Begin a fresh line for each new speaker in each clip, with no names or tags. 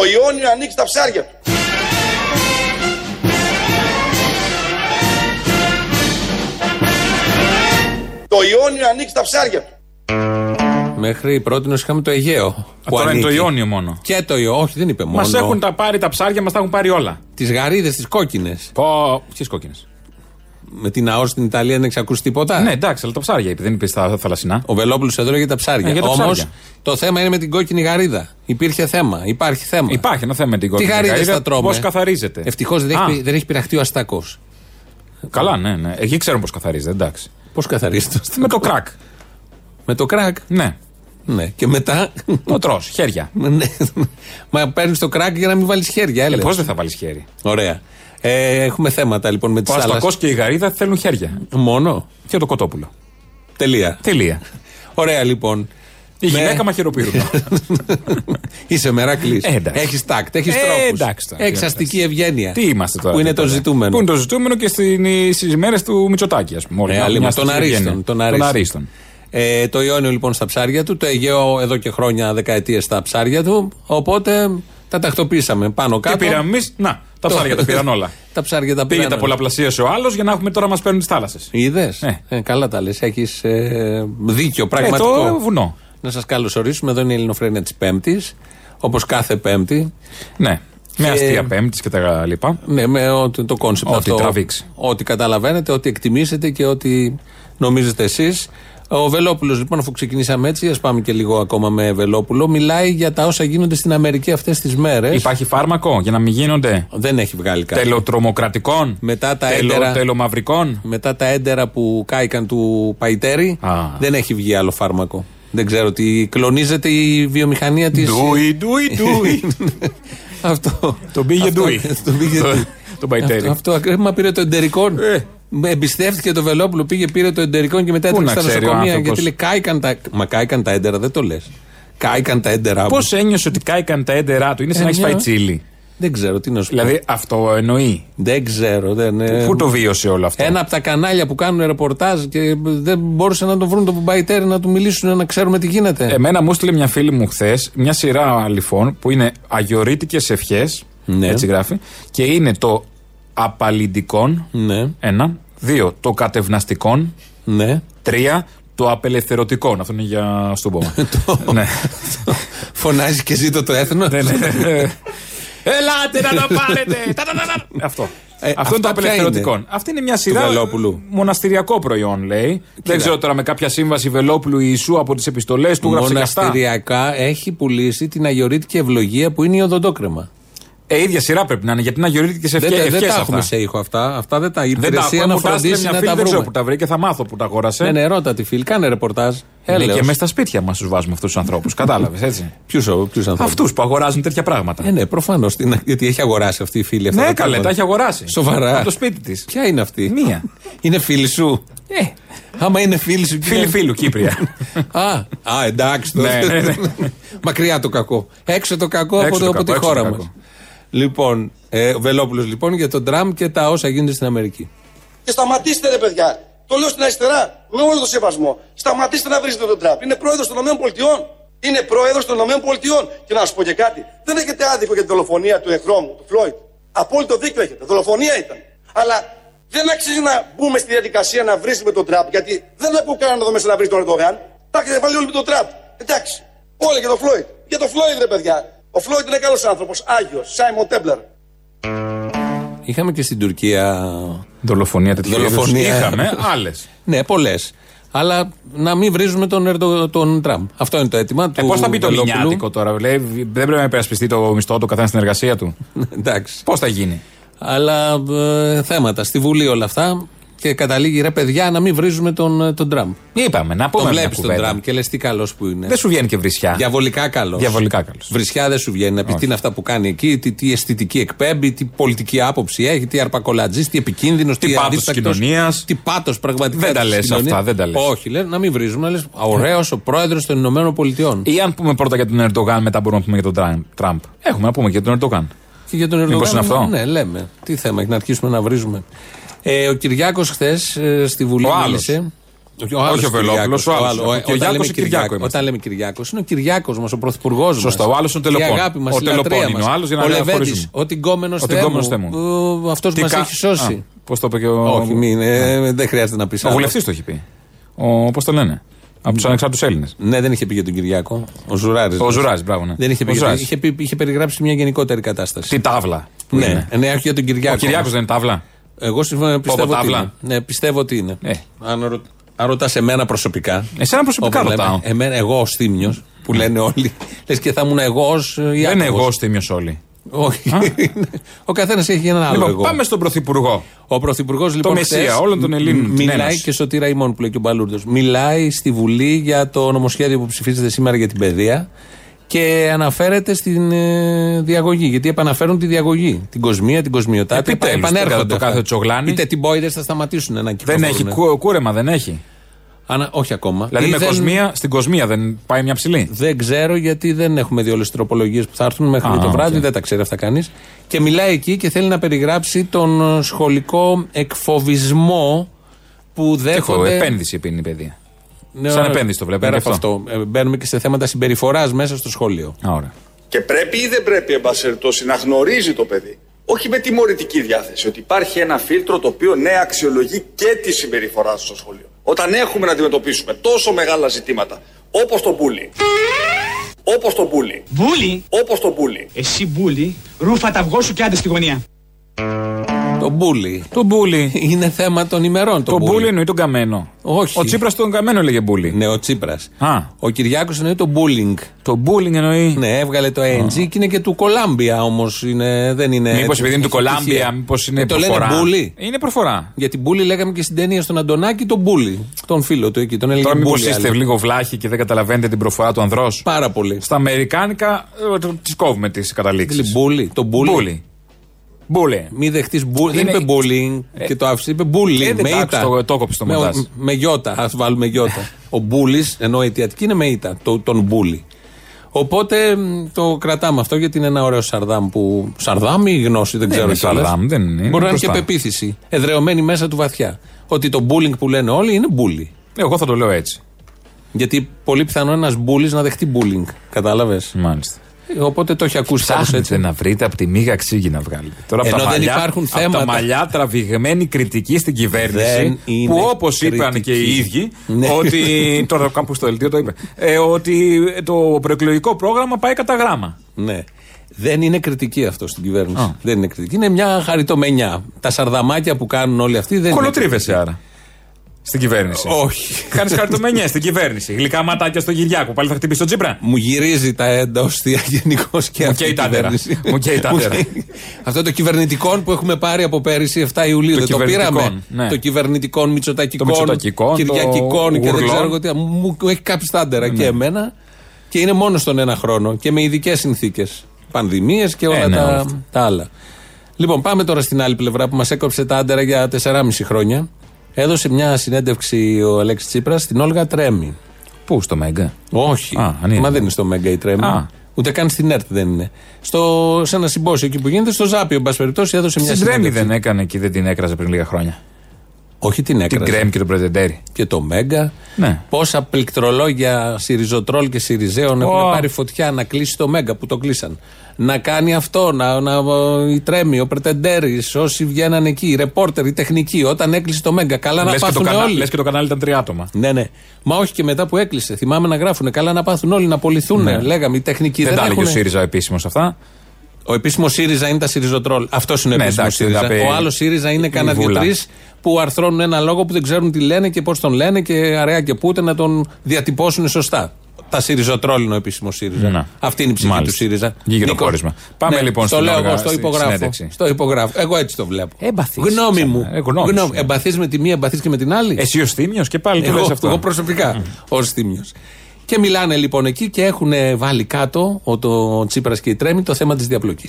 ο Ιόνιο ανοίξει τα ψάρια του. Το Ιόνιο ανοίξει τα ψάρια του.
Μέχρι πρώτη είχαμε το Αιγαίο. που
Τώρα είναι το
ανήκει.
Ιόνιο μόνο.
Και το Ιόνιο, όχι δεν είπε μόνο.
Μα έχουν τα πάρει τα ψάρια, μας τα έχουν πάρει όλα.
Τις γαρίδες, τις κόκκινες.
Πω. Ποιες κόκκινες.
Με την ΑΟΣ στην Ιταλία δεν έχει ακούσει τίποτα.
Ναι, εντάξει, αλλά τα ψάρια, επειδή δεν είπε στα θαλασσινά.
Ο Βελόπουλος εδώ για τα ψάρια.
Ε, για τα
Όμως
ψάρια.
το θέμα είναι με την κόκκινη γαρίδα. Υπήρχε θέμα. Υπάρχει θέμα.
Υπάρχει ένα θέμα με την
Τι
κόκκινη.
γαρίδες
γαρίδα,
θα τρώμε.
Πώς καθαρίζεται.
Ευτυχώς δεν,
Α,
έχει πει- δεν έχει πειραχτεί ο Αστακός.
Καλά, ναι, ναι. Εκεί ξέρουμε πώς καθαρίζεται, εντάξει.
Πώς καθαρίζεται το
Με
με,
το κρακ.
με το κρακ.
Ναι.
Ναι. Και μετά.
Το τρώ, χέρια.
ναι. Μα παίρνεις το κρακ για να μην βάλεις χέρια, έλεγες.
Πώς Ε, δεν θα βάλεις χέρι.
Ωραία. Ε, έχουμε θέματα λοιπόν με τι
Ο
άλλε.
Αστακό και η γαρίδα θέλουν χέρια.
Μόνο.
Και το κοτόπουλο.
Τελεία.
Τελεία.
Ωραία λοιπόν.
Η
Με-
γυναίκα μαχαιροπύρουνα.
Είσαι μεράκλης.
Ε, εντάξει.
Έχεις τάκτ, έχεις
Ε,
τρόπο.
εντάξει τώρα,
Έχει
τι
αστική ευγένεια.
Τι είμαστε τώρα.
Που είναι
εδώ
το
πέρα.
ζητούμενο.
Που είναι το ζητούμενο και στις μέρες του Μητσοτάκη, ας πούμε. Όλοι
Ε,
να
άλλη
έχουν
μας, τον
μια στοιχεία
Αρίστον.
γένεια.
Τον Αρίστον. Ε, το Ιόνιο λοιπόν στα ψάρια του, το Αιγαίο εδώ και χρόνια, δεκαετίες στα ψάρια του. Οπότε τα τακτοποίησαμε πάνω
Και
κάτω.
πήραμε εμεί. Να, τα ψάρια τα πήραν όλα.
τα ψάρια τα
Πήγε
πήραν.
τα πολλαπλασίασε ο άλλος για να έχουμε τώρα μας παίρνουν τις θάλασσες.
Είδες.
Ε.
Ε, καλά τα λες. Έχεις ε, δίκιο,
Ε,
πραγματικό.
το βουνό.
Να σας καλωσορίσουμε. Εδώ είναι η Ελληνοφρένια της Πέμπτης. Όπως κάθε Πέμπτη.
Ναι. Με
Και-
αστεία πέμπτης και τα λοιπά.
Ναι, με ό,τι- το κόνσεπτ
Ό,τι
αυτό.
τραβήξει.
Ό,τι καταλαβαίνετε, ό,τι εκτιμήσετε και ό,τι νομίζετε εσείς. Ο Βελόπουλος, λοιπόν, αφού ξεκινήσαμε έτσι, ας πάμε και λίγο ακόμα με Βελόπουλο, μιλάει για τα όσα γίνονται στην Αμερική αυτές τις μέρες.
Υπάρχει φάρμακο για να μην γίνονται
Δεν έχει βγάλει κάτι.
τελοτρομοκρατικών,
Μετά τα
τελο-
έντερα-
τελομαυρικών.
Μετά τα έντερα που κάηκαν του Παϊτέρη,
Α.
δεν έχει βγει άλλο φάρμακο. Δεν ξέρω τι. Κλονίζεται η βιομηχανία της.
Ντούι, ντούι, ντούι.
Αυτό.
Τον πήγε
Αυτό-
ντούι.
Τον πήγε
Το-
ντούι.
τον Παϊτέρη.
Αυτό- Αυτό ακριβώς. Μα πήρε το εντερικό.
Ε.
Με Εμπιστεύτηκε το Βελόπουλο, πήγε, πήρε το εντερικό και μετά
Πού
έτρεξε
να
στα
ξέρει ο
νοσοκομεία.
άνθρωπος.
Γιατί λέει κάηκαν τα. Μα κάηκαν τα έντερα, δεν το λες. Κάηκαν τα έντερα. μου.
Πώς ένιωσε ότι κάηκαν τα έντερά του, είναι σαν να έχει
Ε, ναι.
φάει τσίλι.
Δεν ξέρω τι να σου πω.
Δηλαδή αυτό εννοεί.
Δεν ξέρω. Δεν... ε,
Πού το βίωσε όλο αυτό.
Ένα από τα κανάλια που κάνουν ρεπορτάζ και δεν μπορούσαν να τον βρουν τον Μπαϊτέρη να του μιλήσουν να ξέρουμε τι γίνεται.
Ε, Εμένα μου έστειλε μια φίλη μου χθες μια σειρά λοιπόν που είναι αγιορίτικε ευχές.
Ναι.
Έτσι γράφει. Και είναι το απαλληντικών.
Ναι,
Ένα. Δύο. Το κατευναστικών.
ναι.
Τρία. Το απελευθερωτικών. Αυτό είναι για στον πόμα. ναι.
Φωνάζει και ζήτω το έθνος.
Ναι, ναι, ναι. Ελάτε να τα πάρετε! Τα, τα, τα, τα. Αυτό. Αυτό
Ε, αυτά
είναι το
ποια
απελευθερωτικό.
είναι?
Αυτή είναι μια σειρά
Βελόπουλου.
μοναστηριακό προϊόν, λέει. Δεν ξέρω τώρα με κάποια σύμβαση Βελόπουλου ή Ιησού από τις επιστολές του γράψε και αυτά.
Μοναστηριακά έχει πουλήσει την αγιορίτικη ευλογία που είναι η οδοντόκρεμα.
Ε, ίδια σειρά πρέπει να είναι, γιατί είναι αγιορίτικε
Δεν, τα-
ευχέ.
δεν τα έχουμε
αυτά.
σε ήχο αυτά. Αυτά δεν τα. Η
Δεν τα
υπηρεσία
έχουμε.
να
Μου τα έστειλε
φροντίσει
μια
να
φίλη,
τα Ναι,
δεν ξέρω
βρούμε.
που τα βρήκε και θα μάθω που τα αγόρασε.
Ναι, ναι, ρώτα τη φίλη. Κάνε ρεπορτάζ.
Είναι
Έλεος.
και μέσα στα σπίτια μας τους βάζουμε αυτούς τους ανθρώπους. Κατάλαβες έτσι.
Ποιους, ο- ποιους ανθρώπους.
Αυτούς που αγοράζουν τέτοια πράγματα.
Ε, ναι, προφανώς. Γιατί έχει αγοράσει αυτή η φίλη. αυτά
Ναι,
τα
καλέ,
πράγματα.
τα έχει αγοράσει.
Σοβαρά.
Από το σπίτι της.
Ποια είναι αυτή.
Μία.
είναι φίλη σου.
Ε,
Άμα είναι φίλη σου.
φίλη
κυρία-
φίλου, Κύπρια.
Α, α, εντάξει.
Ναι,
τότε.
ναι, ναι.
Μακριά το κακό. Έξω το κακό
Έξω
από, το-
το
από
κακό,
τη
έξω
χώρα
το
μα.
κακό.
Λοιπόν, ε, ο Βελόπουλος λοιπόν για τον Τραμπ και τα όσα γίνονται στην Αμερική.
Και σταματήστε ρε παιδιά. Το λέω στην αριστερά με όλο το σεβασμό. Σταματήστε να βρίζετε τον Τραμπ. Είναι πρόεδρος των ΗΠΑ. Είναι πρόεδρος των ΗΠΑ. Και να σου πω και κάτι. Δεν έχετε άδικο για τη δολοφονία του εχρώμου, του Φλόιντ. Απόλυτο δίκιο έχετε. Δολοφονία ήταν. Αλλά δεν αξίζει να μπούμε στη διαδικασία να βρίζουμε τον Τραμπ. Γιατί δεν ακούω κανέναν εδώ μέσα να βρει τον Ερντογάν. Τα έχετε βάλει όλοι με τον Τραμπ. Εντάξει. Όλα για τον Φλόιντ. Για τον Φλόιντ ρε παιδιά. Ο Φλόιντ είναι καλός άνθρωπος. Άγιος. Σάιμον Τέμπλερ.
Είχαμε και στην Τουρκία.
Δολοφονία τέτοιου είδους.
Δολοφονία.
Είχαμε άλλες.
Ναι, πολλές. Αλλά να μην βρίζουμε τον, Ερντο, τον Τραμπ. Αυτό είναι το αίτημα
Ε,
του.
Πώ θα μπει το
Βελόπουλου.
μηνιάτικο τώρα, λέει, δεν πρέπει να υπερασπιστεί το μισθό του καθένα στην εργασία του.
Ναι, Εντάξει.
Πώς θα γίνει.
Αλλά ε, θέματα στη Βουλή όλα αυτά. Και καταλήγει ρε παιδιά να μην βρίζουμε τον, τον Τραμπ.
Είπαμε, να
Τον
πούμε μια
βλέπεις τον
κουβέντα.
Τραμπ και λες τι καλός που είναι.
Δεν σου βγαίνει και βρισιά.
Διαβολικά καλός.
Διαβολικά καλός.
Βρισιά δεν σου βγαίνει. Να πει τι είναι αυτά που κάνει εκεί, τι, τι αισθητική εκπέμπει, τι πολιτική άποψη έχει, τι αρπακολατζής, τι επικίνδυνος, τι,
Τι πάθος της
αδίστακτος,
κοινωνίας.
Τι πάτο πραγματικά.
Δεν τα
της
λες
κοινωνίας.
αυτά, δεν τα λες.
Όχι, λες, να μην βρίζουμε. Λες, ωραίος ο πρόεδρος των Ηνωμένων Πολιτειών.
Ή αν πούμε πρώτα για τον Ερντογάν, μετά μπορούμε να πούμε για τον Τραμπ. Τραμπ. Έχουμε να πούμε και για τον Ερντογάν.
Και για τον
Μήπως
Ερντογάν.
είναι αυτό?
Ναι, λέμε. Τι θέμα έχει να αρχίσουμε να βρίζουμε. Ε, ο Κυριάκος χθες στη Βουλή
Ο άλλος.
μίλησε. Όχι ο, άλλος
ο Βελόπουλος,
Κυριάκος,
ο άλλος. Ο
όταν
Κυριάκος
λέμε
ή Κυριάκο είμαστε.
Όταν λέμε Κυριάκος, είναι ο Κυριάκος μας, ο πρωθυπουργός μα.
Σωστά, ο άλλος είναι ο Τελοπών.
Η αγάπη μας,
Ο
η
Τελοπών
λατρεία
είναι
μας.
ο άλλος, για να
Ο
διαχωρίζουμε.
Λεβέντη, ο Τιγκόμενος
Ο Τιγκόμενος Θεέμου.
Αυτός
Τι
μας
κα-
έχει σώσει.
Α, Πώς το είπε και ο.
Όχι, μην, ε, δεν χρειάζεται να πεις.
Ο βουλευτής το έχει πει. Ο, πώς το λένε. Από τους ανεξάρτητους Έλληνες.
Ναι, δεν είχε πει για τον Κυριάκο. Ο Ζουράρης.
Ο Ζουράς, μπράβο, ναι.
Δεν είχε
Ο
πει. για τον-
Ζουράς.
Είχε, πει- είχε περιγράψει μια γενικότερη κατάσταση.
Τι τάβλα. που
ναι,
είναι.
ναι, όχι για τον Κυριάκο.
Ο Κυριάκο δεν είναι τάβλα.
Εγώ συμφωνώ, πιστεύω ότι
τάβλα.
είναι. Ναι, πιστεύω ότι είναι.
Ε.
Αν, ρω... αν ρωτάς εμένα προσωπικά.
Εσένα προσωπικά
όπως λέμε,
ρωτάω.
Εμένα, εγώ ως θύμιο που λένε όλοι. Λες και θα ήμουν εγώ ως Ιάκωβος.
Δεν είναι εγώ θύμιο όλοι.
Όχι. ο καθένας έχει έναν άλλο
Λοιπόν,
εγώ.
πάμε στον Πρωθυπουργό.
Ο Πρωθυπουργός λοιπόν.
Μεσσία
χθες
όλων των Ελλήνων,
μ-
την
Μιλάει
Ένωση.
και σωτήρα ημών που λέει και ο Μπαλούρδος. Μιλάει στη Βουλή για το νομοσχέδιο που ψηφίζεται σήμερα για την παιδεία και αναφέρεται στην ε, διαγωγή. Γιατί επαναφέρουν τη διαγωγή. Την κοσμία, την κοσμιωτάτη.
Επιτέλους,
επανέρχονται.
το κάθε- το
αυτά.
κάθε τσογλάνι.
Είτε την Μπόιδε θα σταματήσουν να
Δεν
κυκλοφορούν.
έχει κου- κούρεμα, δεν έχει.
Ανα, όχι ακόμα.
Δηλαδή
ναι. Ή
με
δεν-
κοσμία, στην κοσμία δεν πάει μια ψηλή.
Δεν ξέρω γιατί δεν έχουμε δει όλες τις τροπολογίες που θα έρθουν μέχρι
Α,
το
οκ.
βράδυ, δεν τα ξέρει αυτά κανείς. Και μιλάει εκεί και θέλει να περιγράψει τον ε, σχολικό εκφοβισμό που
Έχω
δέχονται.
επένδυση επί είναι η παιδεία.
Ναι,
Σαν
ναι.
επένδυση το βλέπουμε
Πέρα
και
από αυτό. ε, Μπαίνουμε και σε θέματα συμπεριφοράς μέσα στο σχολείο.
Α, Ωραία.
Και πρέπει ή δεν πρέπει, εν πάση περιπτώσει, να γνωρίζει το παιδί. Όχι με τιμωρητική διάθεση. Ότι υπάρχει ένα φίλτρο το οποίο ναι, αξιολογεί και τη συμπεριφορά σου στο σχολείο. Όταν έχουμε να αντιμετωπίσουμε τόσο μεγάλα ζητήματα, όπως το μπούλι. Όπως το μπούλι.
Μπούλι,
Όπως το μπούλι.
εσύ μπούλι, ρούφα τα αυγό σου και άντε στη γωνία.
Το μπούλι.
Το μπούλι.
Είναι θέμα των ημερών. Το,
Το μπούλι εννοεί τον καμένο.
Όχι.
Ο Τσίπρας τον καμένο έλεγε μπούλι.
Ναι, ο Τσίπρας.
Α.
Ο Κυριάκος εννοεί το bullying.
Το μπούλινγκ εννοεί.
Ναι, έβγαλε το ANG και είναι και του Κολάμπια όμως. Δεν είναι.
Μήπως επειδή είναι του
έχει επιτυχία.
Κολάμπια, μήπως είναι
Ε, Το λένε
προφορά.
μπούλι.
Είναι προφορά.
Γιατί μπούλι λέγαμε και στην ταινία στον Αντωνάκη τον μπούλι. Τον φίλο του εκεί. Τον έλεγε
Τώρα, μήπως
μπούλι.
είστε
άλλοι.
λίγο βλάχοι και δεν καταλαβαίνετε την προφορά του ανδρός.
Πάρα πολύ.
Στα αμερικάνικα τις κόβουμε τις καταλήξεις.
Μπούλι. Το μπούλι.
Μπούλι. Μπούλι.
Μη δεχτείς μπούλι. Δεν
Είναι-
είπε μπούλι
Ε,
και το άφησε. Είπε μπούλι.
ε, δεν
με
τα άκουσα,
ήττα.
το- το έκοψε το
με,
μοντάζ.
με γιώτα. Ας βάλουμε γιώτα. Ο μπούλι, ενώ η αιτιατική είναι με ήττα. Το, τον μπούλι. Οπότε μ, το κρατάμε αυτό γιατί είναι ένα ωραίο σαρδάμ που. Σαρδάμ ή γνώση, δεν ξέρω
είναι
κιόλας.
σαρδάμ, δεν είναι, είναι
Μπορεί να είναι και
μπροστά.
πεποίθηση. Εδρεωμένη μέσα του βαθιά. Ότι το bullying που λένε όλοι είναι bully.
Εγώ θα το λέω έτσι.
Γιατί πολύ πιθανό ένας μπούλι να δεχτεί bullying. Κατάλαβες.
Μάλιστα.
Οπότε το έχει ακούσει κάπω
Ψάχνετε
έτσι.
να βρείτε από τη μίγα ξύγι να βγάλετε. Τώρα
Ενώ
από τα
δεν
μαλλιά,
υπάρχουν
από
θέματα.
τα μαλλιά τραβηγμένη κριτική στην κυβέρνηση.
Δεν είναι
Που όπως είπαν
κριτική.
και οι ίδιοι,
Ναι.
ότι. Τώρα κάπου στο δελτίο το είπε. ε, ότι το προεκλογικό πρόγραμμα πάει κατά γράμμα.
Ναι. Δεν είναι κριτική αυτό στην κυβέρνηση.
Α.
Δεν είναι κριτική. Είναι μια χαριτομενιά. Τα σαρδαμάκια που κάνουν όλοι αυτοί
Ε,
δεν
Κολοτρίβεσαι άρα. Στην κυβέρνηση.
είναι. Όχι.
Κάνεις χαρτομενιές στην κυβέρνηση. Γλυκά ματάκια στον Κυριάκο. Πάλι θα χτυπήσει τον Τσίπρα.
Μου γυρίζει τα εντόστια γενικώς και
Μου
αυτή
καίει
η
τα δέρα.
κυβέρνηση.
Μου καίει τα δέρα.
καίει. αυτό το κυβερνητικό που έχουμε πάρει από πέρυσι 7 Ιουλίου.
Το
δεν το
κυβερνητικόν,
πήραμε.
ναι.
Το κυβερνητικό
Το
Μητσοτακικών,
Μητσοτακικών,
Κυριακικών
το
και δεν
Γουρλών.
ξέρω εγώ τι. Μου μου έχει κάψει τα άντερα
Ναι.
και εμένα. Και είναι μόνο στον ένα χρόνο και με ειδικές συνθήκες. Πανδημίες και όλα
Ε, ναι, όλα
τα,
αυτά.
τα άλλα. Λοιπόν, πάμε τώρα στην άλλη πλευρά που μας έκοψε τα άντερα για 4,5 χρόνια. Έδωσε μια συνέντευξη ο Αλέξης Τσίπρας στην Όλγα Τρέμι.
Πού στο Μέγκα.
Όχι.
Α, αν είναι.
Μα δεν είναι στο Μέγκα η τρέμα.
Α.
Ούτε καν στην ΕΡΤ δεν είναι. Στο, σε ένα συμπόσιο εκεί που γίνεται, στο Ζάπιο, εν πάση περιπτώσει, έδωσε μια
Στην Τρέμι
συνέντευξη.
δεν έκανε και δεν την έκραζε πριν λίγα χρόνια.
Όχι την
Την
έκραζε.
Τρέμι και τον Πρετεντέρη.
Και το Μέγκα.
Ναι.
Πόσα πληκτρολόγια Σιριζοτρόλ και Σιριζέων
Ω.
έχουν πάρει φωτιά να κλείσει το Μέγκα που το κλείσαν. Να κάνει αυτό, να, να, η Τρέμι, ο Πρετεντέρης, όσοι βγαίναν εκεί, οι ρεπόρτερ, οι τεχνικοί, όταν έκλεισε το Μέγκα. Καλά
Λες
να
και, το
πάθουν
κανα-
όλοι.
λες και το κανάλι ήταν τρία άτομα.
Ναι, ναι. Μα όχι και μετά που έκλεισε. Θυμάμαι να γράφουν. Καλά να πάθουν όλοι, να απολυθούν. Λέγαμε, οι τεχνικοί
Ναι. δεν
δεν,
τα έλεγε ο
έχουν.
ΣΥΡΙΖΑ επίσημος αυτά.
Ο επίσημος ΣΥΡΙΖΑ είναι τα ΣΥΡΙΖΟΤΡΟΛ. Αυτός είναι ο
Ναι,
επίσημος
εντάξει, δεν τα
ΣΥΡΙΖΑ.
πει
Ο άλλος ΣΥΡΙΖΑ είναι
η
κανένα
Βούλα.
δύο-τρει που αρθρώνουν ένα λόγο που δεν ξέρουν τι λένε και πώς τον λένε και αραιά και πούτε να τον διατυπώσουν σωστά. Τα ΣΥΡΙΖΟΤΡΟΛ είναι ο επίσημο ΣΥΡΙΖΑ.
Να.
Αυτή είναι η ψυχή
Ναι. Μάλιστα.
του ΣΥΡΙΖΑ.
Βγήκε το
Νίκο. ναι,
πόρισμα. Πάμε λοιπόν
στο
στην
λέω
Όλγα
εγώ, στο
στη
υπογράφω.
συνέντευξη.
Στο υπογράφω. Εγώ έτσι το βλέπω.
Εμπαθής.
Γνώμη
Σαν-
μου.
ε, γνώμη σου, ναι.
Εμπαθείς με τη μία, εμπαθείς και με την άλλη.
Ε, Εσύ ο Θήμιος και πάλι το
Εγώ,
λες αυτό.
εγώ προσωπικά ω θύμιο. Και μιλάνε λοιπόν εκεί και έχουν βάλει κάτω ο, το, ο Τσίπρας και η Τρέμη το θέμα της διαπλοκή.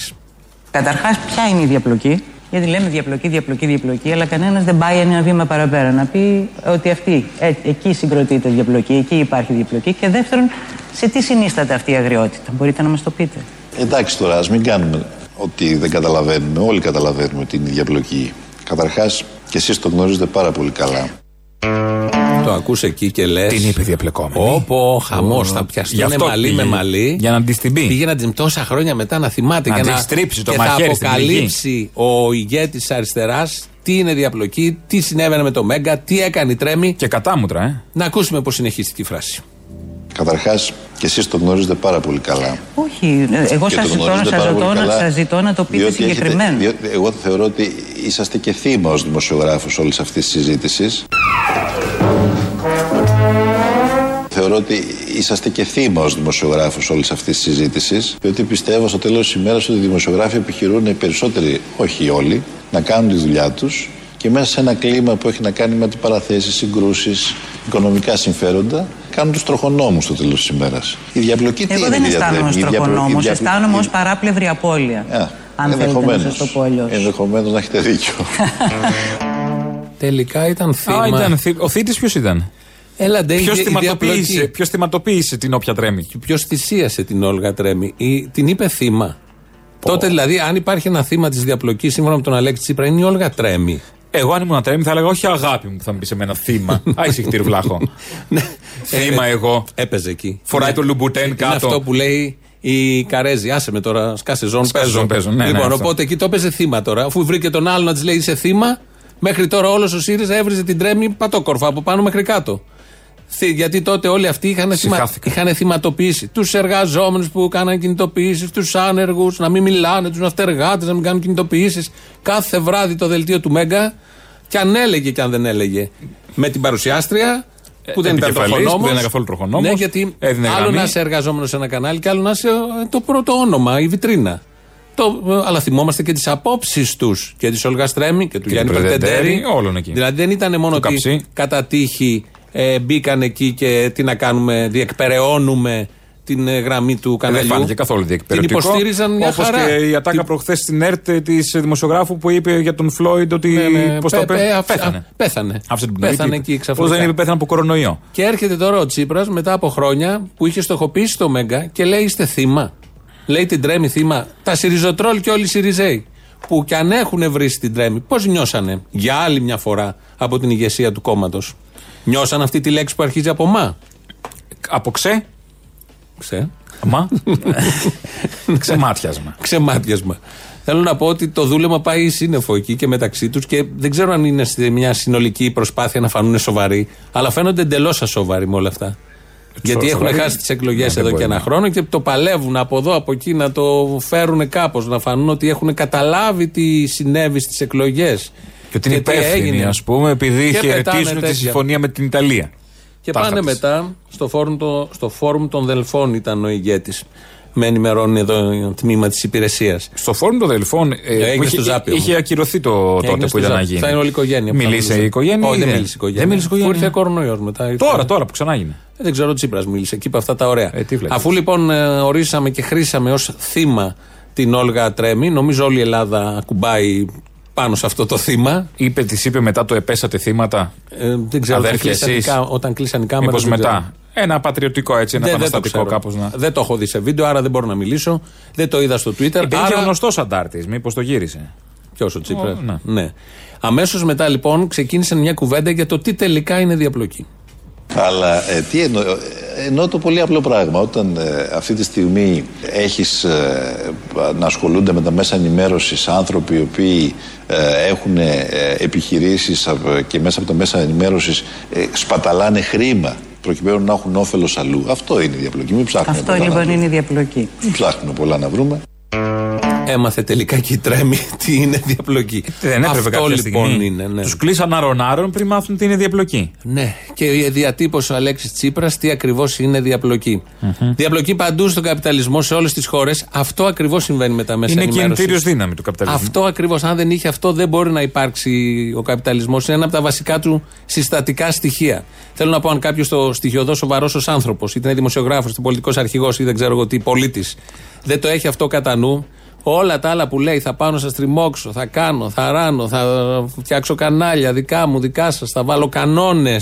Καταρχάς, ποια είναι η διαπλοκή. Γιατί λέμε διαπλοκή, διαπλοκή, διαπλοκή, αλλά κανένας δεν πάει ένα βήμα παραπέρα να πει ότι αυτή, ε, εκεί συγκροτείται η διαπλοκή, εκεί υπάρχει διαπλοκή. Και δεύτερον, σε τι συνίσταται αυτή η αγριότητα. Μπορείτε να μας το πείτε.
Εντάξει τώρα, ας μην κάνουμε ότι δεν καταλαβαίνουμε. Όλοι καταλαβαίνουμε την ίδια πλοκή. Καταρχάς, και εσείς το γνωρίζετε πάρα πολύ καλά.
Το ακούς εκεί και λες.
Την είπε διαπλεκόμενη.
Όπω χαμό,
Ω,
θα
γι'
πιαστούν
αυτό
μαλλί
πήγε.
με μαλλί.
Για να της την πει.
Πήγε να την τόσα χρόνια μετά να θυμάται
Να
και
της
να
στρίψει το
και
μαχαίρι στην
Θα αποκαλύψει ο ηγέτης τη αριστεράς τι είναι διαπλοκή, τι συνέβαινε με το Μέγκα, τι έκανε η τρέμη.
Και κατάμουτρα, ε.
Να ακούσουμε πώς συνεχίστηκε η φράση.
Καταρχάς, και εσείς το γνωρίζετε πάρα πολύ καλά.
Όχι, ε, εγώ
Και
σας
το
ζητώ,
γνωρίζετε
σας
πάρα πολύ
ζητώ, να,
καλά,
σας ζητώ να το πείτε
διότι έχετε-
συγκεκριμένα.
διότι εγώ θεωρώ ότι είσαστε και θύμα ως δημοσιογράφος όλης αυτής της συζήτησης. Θεωρώ ότι είσαστε και θύμα ως δημοσιογράφος όλης αυτής της συζήτησης, διότι πιστεύω στο τέλος της ημέρας ότι οι δημοσιογράφοι επιχειρούν οι περισσότεροι, όχι όλοι, να κάνουν τη δουλειά τους και μέσα σε ένα κλίμα που έχει να κάνει με αντιπαραθέσεις, συγκρούσεις, οικονομικά συμφέροντα, κάνουν τους τροχονόμους στο τέλος της ημέρας. Η διαπλοκή τι
Εγώ
είναι
δεν
η διαπλοκή.
αισθάνομαι ως
Η διαπλοκή-
τροχονόμο,
η διαπλοκή- Ε,
αισθάνομαι ως
η-
παράπλευρη απώλεια.
Α,
Αν θέλετε να σας το πω αλλιώς.
ενδεχομένως να έχετε δίκιο.
Τελικά ήταν θύμα.
Α, ήταν, θη- ο θήτης ποιος ήταν. Ε,
Έλαντε,
Ποιο
η- η
θυματοποίησε,
διαπλοκή.
ποιος θυματοποίησε την όποια τρέμει.
Ποιος θυσίασε την Όλγα Τρέμι, ή, την είπε θύμα. Τότε δηλαδή, αν υπάρχει ένα θύμα της διαπλοκής, σύμφωνα με τον Αλέξη Τσίπρα, είναι η Όλγα Τρέμι.
Εγώ αν ήμουν τρέμει θα έλεγα όχι αγάπη μου που θα μου πεις σε μένα θύμα. Άισε χτύρ βλάχο. Θύμα
Ε,
εγώ.
Έπαιζε εκεί.
Φοράει
Είναι-
το λουμπουτέν
Ναι. Είναι
κάτω.
αυτό που λέει η Καρέζη. Άσε με τώρα, σκάσε ζών,
Σκάσε
παίζω.
ζών, παίζω. Ναι, ναι,
λοιπόν,
αυτό.
οπότε εκεί το έπαιζε θύμα τώρα. Αφού βρήκε τον άλλο να της λέει είσαι θύμα, μέχρι τώρα όλος ο ΣΥΡΙΖΑ έβριζε την τρέμη πατόκορφα από πάνω μέχρι κάτω. Θυ- Γιατί τότε όλοι αυτοί είχαν, θυμα...
Συχάθηκα.
είχαν θυματοποιήσει τους εργαζόμενους που κάναν κινητοποιήσεις, τους άνεργους, να μην μιλάνε, τους ναυτεργάτες, να μην κάνουν κινητοποιήσεις. Κάθε βράδυ το δελτίο του Μέγκα, και αν έλεγε και αν δεν έλεγε. Με την παρουσιάστρια, που δεν ήταν
επικεφαλής,
τροχονόμος.
που δεν ήταν καθόλου τροχονόμος.
Ναι, γιατί
Έδινε
άλλο
γραμμή.
να είσαι εργαζόμενος σε ένα κανάλι και άλλο να είσαι ε, το πρώτο όνομα, η βιτρίνα. Το, ε, αλλά θυμόμαστε και τις απόψεις τους και τη Όλγα Στρέμι και του
Και
Γιάννη
του
Περτεντέρη.
Περτεντέρη, όλων εκεί.
Δηλαδή δεν ήταν μόνο
Του
ότι
Καψί.
κατά τύχη ε, μπήκαν εκεί και τι να κάνουμε, διεκπεραιώνουμε την ε, γραμμή του
Ε,
καναλιού.
Δεν φάνηκε καθόλου διεκπαιρεωτικό.
Την υποστήριζαν μια
Όπως
χαρά.
και η ατάκα προχθές στην ΕΡΤ της δημοσιογράφου που είπε για τον Φλόιντ ότι.
Ναι, ναι,
πώς
πέ-
το είπε,
πέ- α-
Πέθανε.
α- πέθανε.
Άφησε την πνοή,
Πέθανε
τι είπε.
εκεί ξαφνικά.
Πώς δεν είπε πέθανε από κορονοϊό.
Και έρχεται τώρα ο Τσίπρας μετά από χρόνια που είχε στοχοποιήσει το Μέγκα και λέει: Είστε θύμα. Λέει την τρέμη θύμα. Τα Σιριζοτρόλ και όλοι οι Σιριζέοι. Που κι αν έχουν βρει την τρέμη, πώς νιώσανε για άλλη μια φορά από την ηγεσία του κόμματος. Νιώσαν αυτή τη λέξη που αρχίζει από μα.
Από ξέ.
Ξέ.
Μα. Ξεμάτιασμα.
Ξεμάτιασμα. Θέλω να πω ότι το δούλεμα πάει σύννεφο εκεί και μεταξύ τους και δεν ξέρω αν είναι σε μια συνολική προσπάθεια να φανούν σοβαροί, αλλά φαίνονται εντελώς ασοβαροί με όλα αυτά. Γιατί έχουν
σοβαροί.
χάσει τις εκλογές
Ναι,
εδώ
δεν
και
μπορεί
ένα
να.
χρόνο και το παλεύουν από εδώ, από εκεί να το φέρουν κάπως, να φανούν ότι έχουν καταλάβει τι συνέβη στις εκλογές.
Και ότι είναι υπεύθυνη, α πούμε, επειδή χαιρετίζουν τη συμφωνία με την Ιταλία.
Και
Τάχα
πάνε
της.
μετά στο φόρουμ, το, στο φόρουμ των Δελφών, ήταν ο ηγέτης. Με ενημερώνει εδώ το τμήμα της υπηρεσίας.
Στο φόρουμ των Δελφών. ε,
έγινε
που
στο Ζάπιο.
είχε ακυρωθεί το τότε που
στο
ήταν να
Ζάπιο.
γίνει.
Θα είναι όλη η οικογένεια. που θα
Μίλησε
μιλούσε.
η οικογένεια.
Όχι,
ή
δεν μίλησε η οικογένεια.
Δεν μίλησε η
Αφού Ήρθε
οικογένεια.
κορονοϊός μετά. ήρθε-
Τώρα, τώρα που ξανά έγινε.
Ε, Δεν ξέρω, ο Τσίπρας μίλησε εκεί είπε αυτά τα ωραία.
Ε, τι βλέπεις.
Αφού λοιπόν ε, ορίσαμε και χρήσαμε ως θύμα την Όλγα Τρέμι, νομίζω όλη η Ελλάδα ακουμπάει πάνω σε αυτό το θύμα.
Είπε, της είπε μετά το επέσατε θύματα.
Ε, δεν ξέρω όταν
Αδέρφια,
κλείσαν, οι
εσείς.
κα- όταν κλείσαν οι κάμερε.
Μήπω μετά. Ένα πατριωτικό έτσι, ένα
Δεν, δεν, το ξέρω.
επαναστατικό κάπως να.
δεν το έχω δει σε βίντεο, άρα δεν μπορώ να μιλήσω. Δεν το είδα στο Twitter.
Επειδή
Ε, άρα...
είναι γνωστός αντάρτης, μήπως το γύρισε.
Ποιος ο Τσίπρας.
Ο, ναι.
ναι. Αμέσως μετά λοιπόν ξεκίνησε μια κουβέντα για το τι τελικά είναι διαπλοκή.
Αλλά ε, τι εννοώ, ε, εννοώ το πολύ απλό πράγμα. Όταν ε, αυτή τη στιγμή έχεις ε, να ασχολούνται με τα μέσα ενημέρωσης άνθρωποι οι οποίοι ε, έχουν ε, επιχειρήσεις απ- και μέσα από τα μέσα ενημέρωσης ε, σπαταλάνε χρήμα προκειμένου να έχουν όφελος αλλού. Αυτό είναι η διαπλοκή. Μην ψάχνουμε
Αυτό
πολλά να
λοιπόν
βρούμε.
είναι η διαπλοκή.
Μην ψάχνουμε πολλά να βρούμε.
Έμαθε τελικά και η τρέμη τι είναι διαπλοκή.
Δεν έπρεπε
Αυτό
κάποια
λοιπόν
στιγμή.
είναι. Ναι.
Τους κλείσαν άρον-άρον πριν μάθουν τι είναι διαπλοκή.
Ναι, και η διατύπωση ο Αλέξης Τσίπρας τι ακριβώς είναι διαπλοκή. Διαπλοκή παντού στον καπιταλισμό, σε όλες τις χώρες. Αυτό ακριβώς συμβαίνει με τα μέσα
Είναι
ενημέρωσης.
κινητήριο δύναμη του καπιταλισμού.
Αυτό ακριβώς. Αν δεν είχε αυτό, δεν μπορεί να υπάρξει ο καπιταλισμός. Είναι ένα από τα βασικά του συστατικά στοιχεία. Θέλω να πω, αν κάποιος το στοιχειοδός σοβαρός ως άνθρωπος, είτε είναι δημοσιογράφος, είτε πολιτικός αρχηγός, ή δεν ξέρω εγώ τι, πολίτης, δεν το έχει αυτό κατά νου, όλα τα άλλα που λέει, θα πάω να σας τριμώξω, θα κάνω, θα ράνω, θα φτιάξω κανάλια δικά μου, δικά σας, θα βάλω κανόνε.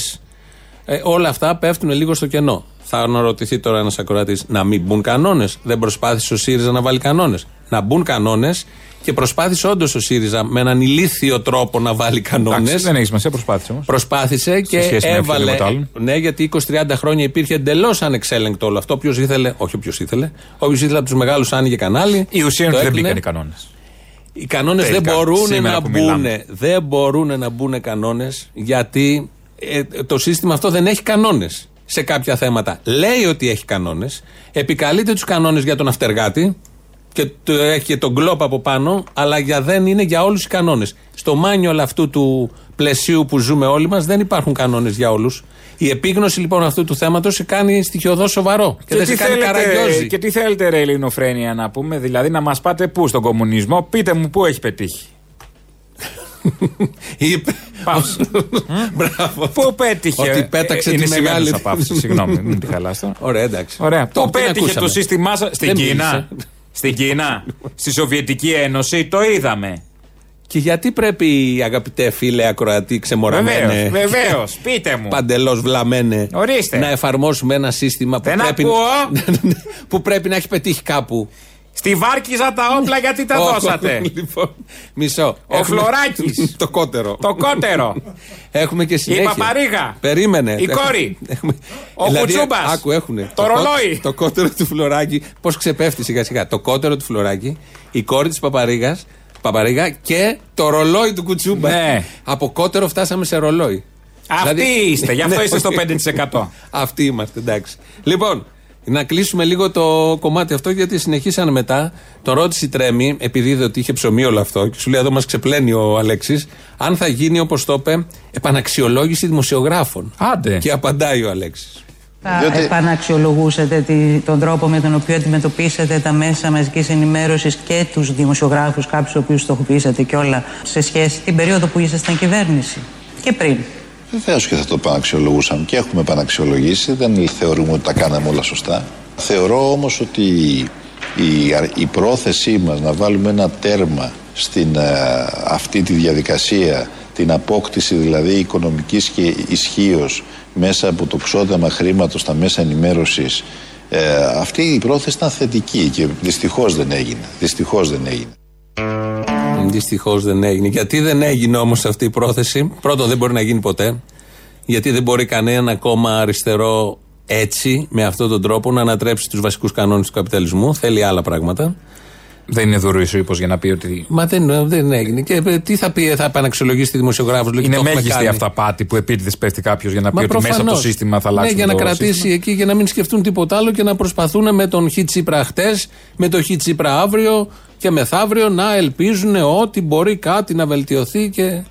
Ε, όλα αυτά πέφτουν λίγο στο κενό. Θα αναρωτηθεί τώρα ένας ακροατής να μην μπουν κανόνες. Δεν προσπάθησε ο ΣΥΡΙΖΑ να βάλει κανόνες. Να μπουν κανόνες Και προσπάθησε όντως ο ΣΥΡΙΖΑ με έναν ηλίθιο τρόπο να βάλει κανόνε.
Εντάξει, δεν έχει σημασία, προσπάθησε όμως.
Προσπάθησε και
σχέση με
έβαλε.
οποιοδήποτε άλλον.
Ναι, γιατί 20-30 χρόνια υπήρχε εντελώς ανεξέλεγκτο όλο αυτό. Όποιο ήθελε, όχι όποιο ήθελε, όποιος ήθελε από τους μεγάλους άνοιγε κανάλι.
Η ουσία είναι
το
ότι δεν
έκλεινε.
μπήκαν οι κανόνες.
Οι κανόνες δεν
Τελικά,
μπορούν
σήμερα
να
που
μπουν.
μιλάμε.
Δεν μπορούν να μπουν κανόνες γιατί ε, το σύστημα αυτό δεν έχει κανόνες σε κάποια θέματα. Λέει ότι έχει κανόνες, επικαλείται τους κανόνες για τον αυτεργάτη και το, έχει και τον κλόπ από πάνω, αλλά για, δεν είναι για όλους οι κανόνες. Στο μάνιολ αυτού του πλαισίου που ζούμε όλοι μας δεν υπάρχουν κανόνες για όλους. Η επίγνωση λοιπόν αυτού του θέματος σε κάνει στοιχειοδό σοβαρό. Και, δεν σε κάνει καραγκιόζη.
και τι θέλετε, ρε Ελληνοφρένια, να πούμε, δηλαδή να μας πάτε πού στον κομμουνισμό, πείτε μου πού έχει πετύχει.
Είπε.
Παύση.
Μπράβο.
Πού πέτυχε.
Ότι πέταξε
Ε,
τη
είναι σημαίνουσα
μεγάλη.
παύσης, Συγγνώμη, μην τη χαλάσω.
Ωραία, εντάξει.
Ωραία.
Τώρα,
Το
τι να
πέτυχε
ακούσαμε.
το σύστημά σας στην
Δεν
Κίνα.
μίλησε.
Στην Κίνα. Στη Σοβιετική Ένωση. Το είδαμε.
Και γιατί πρέπει, αγαπητέ φίλε ακροατή, ξεμοραμένε.
Βεβαίως. Βεβαίως. Πείτε μου.
Παντελώς βλαμμένε.
Ορίστε.
Να εφαρμόσουμε ένα σύστημα που
Δεν
πρέπει,
ακούω.
που πρέπει να έχει πετύχει κάπου.
Στη βάρκιζα τα όπλα γιατί τα
Ο-
δώσατε.
λοιπόν, μισό.
Ο Φλωράκης.
το κότερο.
Το κότερο.
Έχουμε και συνέχεια.
παπαρίγα.
Περίμενε.
Η κόρη.
Έχουμε- Δηλαδή,
Ο Κουτσούμπας.
Άκου, έχουνε.
Το
κο-
ρολόι.
Το κότερο του φλωράκι. Πώς ξεπέφτει σιγά σιγά. Το κότερο του φλωράκι, η κόρη της παπαρίγας παπαρίγα και το ρολόι του Κουτσούμπα.
Ναι.
Από κότερο φτάσαμε σε ρολόι.
Αυτοί είστε, γι' αυτό
Ναι,
είστε στο
όχι.
5%.
Αυτοί είμαστε, εντάξει. Λοιπόν, να κλείσουμε λίγο το κομμάτι αυτό γιατί συνεχίσαν μετά. Τον ρώτησε η Τρέμη, επειδή είδε ότι είχε ψωμί όλο αυτό και σου λέει: Εδώ μας ξεπλένει ο Αλέξης, αν θα γίνει όπως το είπε, επαναξιολόγηση δημοσιογράφων.
Άντε.
Και απαντάει ο Αλέξης.
Θα
Διότι-
επαναξιολογούσατε τη- τον τρόπο με τον οποίο αντιμετωπίσατε τα μέσα μαζικής ενημέρωσης και τους δημοσιογράφους, κάποιους οποίους στοχοποιήσατε και όλα, σε σχέση την περίοδο που ήσασταν κυβέρνηση και πριν.
Βεβαίως και θα το επαναξιολογούσαμε και έχουμε επαναξιολογήσει. Δεν θεωρούμε ότι τα κάναμε όλα σωστά. Θεωρώ όμως ότι η, αρ- η πρόθεσή μας να βάλουμε ένα τέρμα στην ε, αυτή τη διαδικασία, την απόκτηση δηλαδή οικονομικής και ισχύως μέσα από το ξόδεμα χρήματος στα μέσα ενημέρωσης. Ε, αυτή η πρόθεση ήταν θετική και δυστυχώς δεν έγινε. Δυστυχώς δεν έγινε.
Δυστυχώς δεν έγινε. Γιατί δεν έγινε όμως αυτή η πρόθεση. Πρώτον, δεν μπορεί να γίνει ποτέ. Γιατί δεν μπορεί κανένα κόμμα αριστερό έτσι, με αυτόν τον τρόπο, να ανατρέψει τους βασικούς κανόνες του καπιταλισμού. Θέλει άλλα πράγματα.
Δεν είναι δωρή ο ύπος για να πει ότι.
Μα δεν, δεν έγινε. Και ε, τι θα πει, θα επαναξιολογήσει τη δημοσιογράφου.
Είναι μέγιστη αυταπάτη που επίτηδες πέφτει κάποιος για να πει
Μα
ότι μέσα από το
προφανώς.
σύστημα θα
Ναι,
αλλάξει.
για να κρατήσει εκεί και να μην σκεφτούν τίποτα άλλο και να προσπαθούν με τον Χι Τσίπρα χτες, με τον Χι Τσίπρα αύριο και μεθαύριο να ελπίζουν ότι μπορεί κάτι να βελτιωθεί και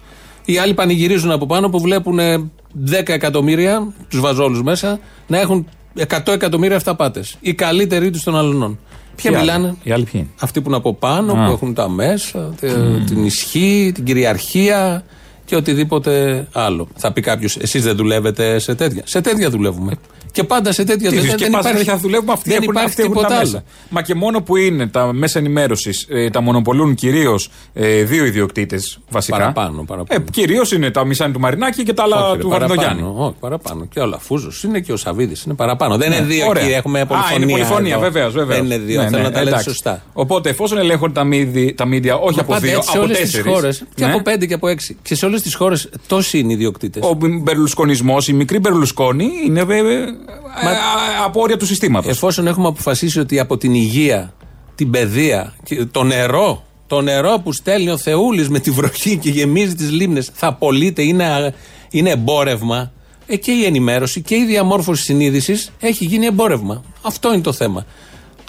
οι άλλοι πανηγυρίζουν από πάνω που βλέπουν ε, 10 εκατομμύρια, τους βαζόλους μέσα, να έχουν 100 εκατομμύρια αυταπάτες. Οι καλύτεροι τους των αλλωνών. Ποια
Οι άλλοι.
μιλάνε.
Οι άλλοι ποιοι είναι?
Αυτοί που είναι από πάνω, που έχουν τα μέσα, τε- την ισχύ, την κυριαρχία και οτιδήποτε άλλο. Θα πει κάποιος, εσείς δεν δουλεύετε σε τέτοια. Σε τέτοια δουλεύουμε. Και πάντα σε τέτοια
Τι
δουλεύουμε.
λες, και πας δεν θα δουλεύουμε αυτοί
δεν
έχουν,
υπάρχει
αυτοί έχουν τα
τίποτα άλλο.
μέσα. Μα και μόνο που είναι τα μέσα ενημέρωσης, τα μονοπολούν κυρίως δύο ιδιοκτήτες βασικά.
Παραπάνω, παραπάνω.
Ε, κυρίως είναι τα μισά είναι του Μαρινάκη και τα άλλα
Όχι, ρε,
του Βαρδογιάννη.
παραπάνω, όχι, παραπάνω. Και ο Λαφούζος είναι και ο Σαββίδης. Είναι παραπάνω. Δεν είναι δύο
Ναι, Ωραία.
εκεί. Έχουμε
Α,
πολυφωνία.
είναι πολυφωνία, Ναι,
εδώ.
βεβαίω.
Δεν είναι δύο. Θέλω να τα λέτε σωστά.
Οπότε, εφόσον ελέγχονται τα, μίδι- τα μίδια, όχι
Μα
από
πάντα
δύο,
έτσι σε
από ναι.
όλες τις
τέσσερις.
χώρες, και από πέντε και από έξι. Και σε όλες τις χώρες τόσοι είναι οι ιδιοκτήτες.
Ο μπερλουσκονισμός, η μικρή μπερλουσκόνη, είναι βέβαια
Μα-
ε, α- από όρια του συστήματος.
Εφόσον έχουμε αποφασίσει ότι από την υγεία, την παιδεία, και το νερό, το νερό που στέλνει ο Θεούλης με τη βροχή και γεμίζει τις λίμνες θα πωλείται, είναι, α- είναι εμπόρευμα. Ε, και η ενημέρωση και η διαμόρφωση συνείδησης έχει γίνει εμπόρευμα. Αυτό είναι το θέμα.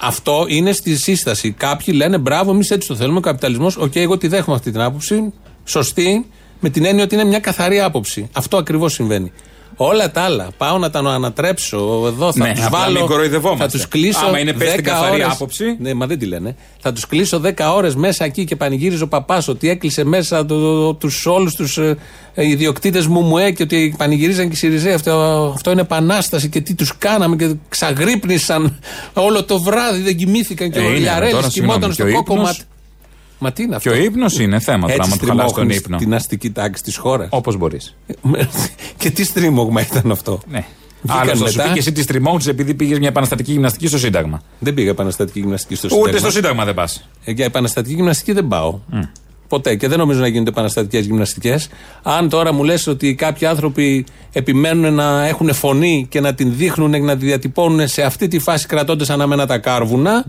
Αυτό είναι στη σύσταση. Κάποιοι λένε μπράβο, εμείς έτσι το θέλουμε. Ο καπιταλισμός, οκ, εγώ τη δέχομαι αυτή την άποψη. Σωστή, με την έννοια ότι είναι μια καθαρή άποψη. Αυτό ακριβώς συμβαίνει. Όλα τα άλλα, πάω να τα ανατρέψω εδώ, θα
Ναι,
τους
απλά μην
βάλω.
κοροϊδευόμαστε.
Θα τους κλείσω.
Άμα είναι, πες την
10
καθαρή
ώρες-
άποψη.
Ναι, μα δεν τη λένε. Θα τους κλείσω 10 ώρες μέσα εκεί και πανηγύριζε ο παπάς ότι έκλεισε μέσα το, τους όλους τους ε, ε, ιδιοκτήτες μου μου και ότι πανηγυρίζαν και οι Σιριζέοι. Αυτό, αυτό είναι επανάσταση και τι τους κάναμε και ξαγρύπνησαν όλο το βράδυ, δεν κοιμήθηκαν και
Ε,
ο
είναι, τώρα,
Λιαρέλης κοιμόταν
συγγνώμη,
στο
και ο
κόκκομα.
ύπνος-
Μα τι είναι
Και
αυτό.
ο ύπνος είναι θέμα τώρα, άμα του χαλάσει τον
στριμώχνεις
ύπνο.
την αστική τάξη της χώρας.
Όπως μπορείς.
και τι στρίμωγμα ήταν αυτό.
Ναι. Άλλος θα σου
μετά.
πει και εσύ τη τριμώχτησε επειδή πήγες μια επαναστατική γυμναστική στο Σύνταγμα.
Δεν πήγα επαναστατική γυμναστική στο
Ούτε
Σύνταγμα.
στο Σύνταγμα δεν πας.
Ε, Για επαναστατική γυμναστική δεν πάω. Ποτέ. Και δεν νομίζω να γίνονται επαναστατικές γυμναστικές. Αν τώρα μου λες ότι κάποιοι άνθρωποι επιμένουν να έχουν φωνή και να την δείχνουν και να τη διατυπώνουν σε αυτή τη φάση κρατώντας αναμένα τα κάρβουνα,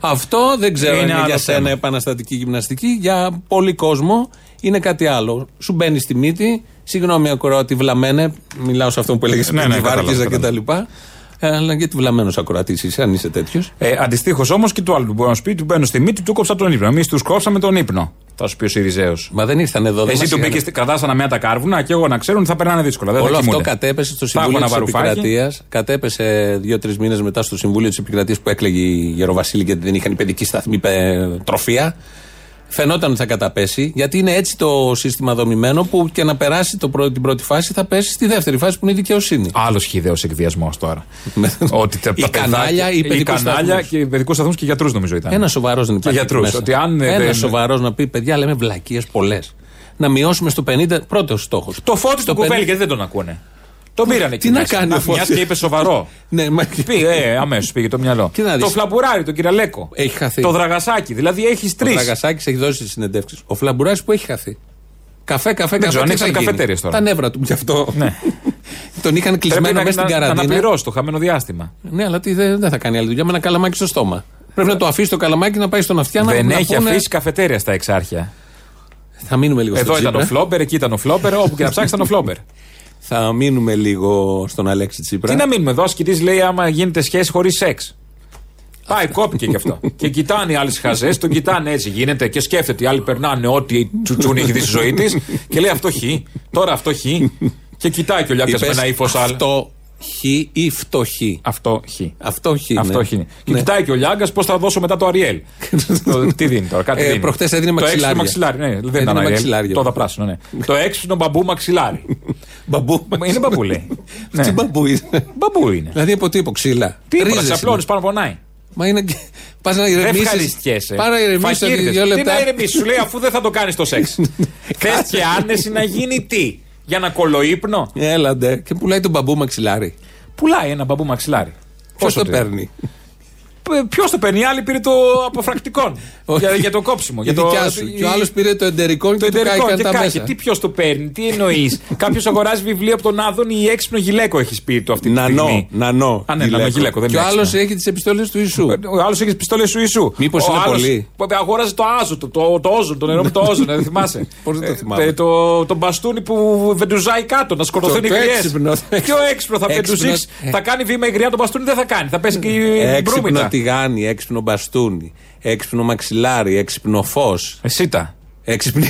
αυτό δεν ξέρω
Είναι
αν είναι
άλλο
για σένα
θέμα.
επαναστατική γυμναστική. Για πολύ κόσμο είναι κάτι άλλο. Σου μπαίνει στη μύτη. Συγγνώμη, ακροατή, βλαμμένε. Μιλάω σε αυτό που έλεγες
Ναι,
πριν,
ναι,
τη
κατάλαβα,
Βάρκιζα
κατάλαβα.
κτλ. Ε, Αλλά γιατί βλαμμένος ακροατής είσαι, αν είσαι τέτοιος.
Ε, Αντιστοίχως όμως και του άλλου που μπορεί να σου πει: Του μπαίνω στη μύτη, του κόψα τον ύπνο. Εμείς τους κόψαμε τον ύπνο. Θα σου πει ο Σιριζέος.
Μα δεν ήρθαν εδώ. δεν
Εσύ
μας
του
είχαν-
πήγες, κρατά αναμένα τα κάρβουνα και εγώ να ξέρουν ότι θα περνάνε δύσκολα. Δεν
Όλο
θα
αυτό
κοιμούνται.
κατέπεσε στο
Θα έχουν
Συμβούλιο τη
ένα βαρουφάκι.
Επικρατείας. Κατέπεσε δύο-τρει μήνες μετά στο Συμβούλιο της Επικρατείας που έκλεγε η Γεροβασίλη γιατί δεν είχαν παιδική σταθμή ε, τροφία. Φαινόταν ότι θα καταπέσει, γιατί είναι έτσι το σύστημα δομημένο που και να περάσει το πρώτη, την πρώτη φάση θα πέσει στη δεύτερη φάση που είναι η δικαιοσύνη.
Άλλος χιδαίο εκβιασμός τώρα. ότι τα,
Ή
τα παιδάκια-
Ναι. κανάλια ή
ή
παιδικούς
κανάλια
σταθμούς.
και παιδικούς σταθμούς και γιατρούς νομίζω ήταν.
Ένας σοβαρός δεν υπάρχει.
γιατρούς,
μέσα.
ότι αν, ε,
Ένας
δεν-
σοβαρός να πει, παιδιά, λέμε βλακίες πολλές. Να μειώσουμε στο 50. Πρώτος στόχος.
Το φώτι
Στο
του κουβέλι,
50.
γιατί δεν τον ακούνε. Τον πήρανε εκεί.
Τι να
μέσα.
κάνει ο
μιας
Φώτης.
και είπε σοβαρό.
Ναι, μα-
Πήγε, ε, αμέσως πήγε το μυαλό.
Τι να δεις.
το φλαμπουράρι, τον κυραλέκο.
Έχει χαθεί.
Το δραγασάκι, δηλαδή έχεις
Ο
τρεις.
Δραγασάκης έχει δώσει συνεντεύξεις. Ο Φλαμπουράκη που έχει χαθεί. Καφέ, καφέ, καφέ.
ξέρω,
τι
ανοίξαν
θα γίνει.
καφετέριες τώρα.
Τα νεύρα του γι' αυτό.
Ναι.
Τον είχαν κλεισμένο μέσα στην
να, να
καραντίνα.
αναπληρώσει το χαμένο διάστημα.
Ναι, αλλά τι, δεν, δεν θα κάνει άλλη δουλειά με ένα καλαμάκι στο στόμα. Πρέπει να το αφήσει το καλαμάκι να πάει στον αυτιά να
δεν
να
έχει
πούνε-
αφήσει καφετέρια στα εξάρχεια.
Θα μείνουμε λίγο στο
Εδώ ήταν ο
Τσίπρα.
Φλόμπερ, εκεί ήταν ο Φλόμπερ, όπου και να ψάξει ήταν ο Φλόμπερ.
Θα μείνουμε λίγο στον Αλέξη Τσίπρα.
Τι να μείνουμε εδώ, ασκητή λέει άμα γίνεται σχέση χωρίς σεξ. Πάει, κόπηκε κι αυτό. και κοιτάνε οι άλλες χαζές, τον κοιτάνε έτσι. Γίνεται και σκέφτεται. Οι άλλοι περνάνε ό,τι τσουτσούνι έχει δει στη ζωή της και λέει αυτό χ. Τώρα αυτό χ. και κοιτάει και ο Λιάκα με
Είπες,
ένα ύφος άλλο.
Αυτό χ ή φτωχή.
Αυτό χ.
Αυτό χ.
Αυτό χ. είναι. Και
Ναι.
κοιτάει και ο Λιάγκας πώς θα δώσω μετά το Αριέλ. Το- Τι δίνει τώρα, κάτι
Ε,
δίνει.
προχτές έδινε
Το έξυπνο
μαξιλάρια.
μαξιλάρι. Ναι, δεν
Έδινε
ήταν Αριέλ.
μαξιλάριο.
Το πράσινο, ναι. Το έξυπνο μπαμπού μαξιλάρι.
Μπαμπού.
Είναι μπαμπού, λέει. Ναι.
Τι μπαμπού ναι. είναι.
Μπαμπού είναι.
Δηλαδή από τύπο ξύλα.
Τι
Ρίζες
είπα,
είναι.
απλώνει πάνω πονάει.
Μα είναι και. Πας να
Δεν
ηρεμήσεις.
ευχαριστιέσαι.
Πάρα να ηρεμήσεις
Φακίρδες.
δύο
Τι να
λεπτά.
ηρεμήσεις, σου λέει αφού δεν θα το κάνεις το σεξ. Θες και άνεση να γίνει τι, για να κολοείπνο.
Έλαντε. Και πουλάει τον μπαμπού μαξιλάρι.
Πουλάει ένα μπαμπού μαξιλάρι.
Ποιος το παίρνει.
Ποιος το παίρνει, οι άλλοι πήρε το αποφρακτικό.
Όχι.
για, για το κόψιμο.
Η
για το,
δικιά σου. Και ο άλλος πήρε το εντερικό
το
και του
εταιρικό
κάηκαν
και
τα
κάκι.
μέσα.
Τι ποιος το παίρνει, τι εννοείς. Κάποιος αγοράζει βιβλίο από τον Άδων ή έξυπνο γυλαίκο έχει πει του αυτή τη
Νανό,
στιγμή.
νανό
Α, ναι,
γυλαίκο.
νανό γυλαίκο, δεν
Και ο
είναι
άλλος
έξυπνο. Ε,
έχει τις επιστολές του Ισού.
Ο άλλος έχει πιστόλε σου Ισού.
Μήπως
Ο
είναι
άλλος
πολύ.
που Αγόραζε το άζωτο, το, το όζον, το νερό με το όζον, ε, δεν θυμάσαι.
Πώς δεν το
Ε,
θυμάμαι.
ε, το, το μπαστούνι που βεντουζάει κάτω, να σκορδωθούν
Το-
οι
το
γριέ.
έξυπνο.
Πιο έξυπνο θα
Έξυπνος.
πεντουζήξει.
Ε.
Θα κάνει βήμα η γριά, το μπαστούνι δεν θα κάνει. Θα πέσει και η
Έξυπνο
μπρούμητα.
τηγάνι, έξυπνο μπαστούνι, έξυπνο μαξιλάρι, έξυπνο φως.
Ε, Σίτα.
Έξυπνη.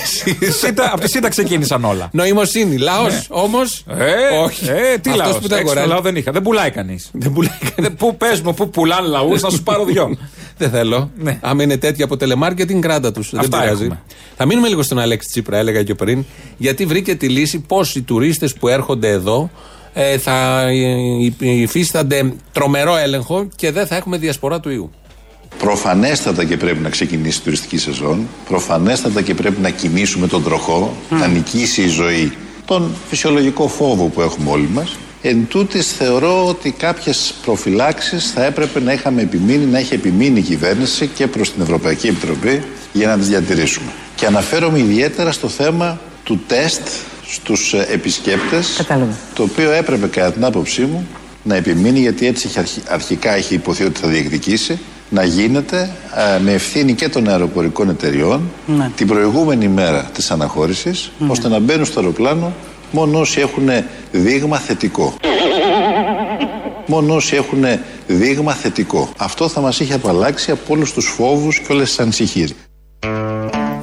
Σίτα, από τη σίτα ξεκίνησαν όλα.
Νοημοσύνη. Λαός όμω.
Ναι. Ε,
Όχι.
Ε, τι
Αυτός
λαός.
που τα αγοράζει.
λαό δεν είχα. Δεν πουλάει κανείς.
Δεν πουλάει κανένα.
Πού πες μου, πού πουλάνε λαούς, να σου πάρω δυο.
Δεν θέλω.
Ναι.
Άμα είναι τέτοια από τελεμάρκετινγκ, κράτα τους. Δεν
Αυτά
πειράζει.
έχουμε.
Θα μείνουμε λίγο στον Αλέξη Τσίπρα, έλεγα και πριν, γιατί βρήκε τη λύση πώ οι τουρίστες που έρχονται εδώ ε, θα υ- υφίστανται τρομερό έλεγχο και δεν θα έχουμε διασπορά του ιού.
Προφανέστατα και πρέπει να ξεκινήσει η τουριστική σεζόν. Προφανέστατα και πρέπει να κινήσουμε τον τροχό, να νικήσει η ζωή τον φυσιολογικό φόβο που έχουμε όλοι μας. Εν τούτης θεωρώ ότι κάποιες προφυλάξεις θα έπρεπε να είχαμε επιμείνει, να έχει επιμείνει η κυβέρνηση και προς την Ευρωπαϊκή Επιτροπή για να τις διατηρήσουμε. Και αναφέρομαι ιδιαίτερα στο θέμα του τεστ στους ε, επισκέπτες
Κατάλαβα.
το οποίο έπρεπε κατά την άποψή μου να επιμείνει γιατί έτσι είχε αρχι- αρχικά έχει υποθεί ότι θα διεκδικήσει να γίνεται ε, με ευθύνη και των αεροπορικών εταιριών
Ναι.
την προηγούμενη μέρα της αναχώρησης ώστε να μπαίνουν στο αεροπλάνο μόνο όσοι έχουν δείγμα θετικό. Μόνο όσοι έχουν δείγμα θετικό. Αυτό θα μας είχε απαλλάξει από όλους τους φόβους και όλες τις ανησυχίες.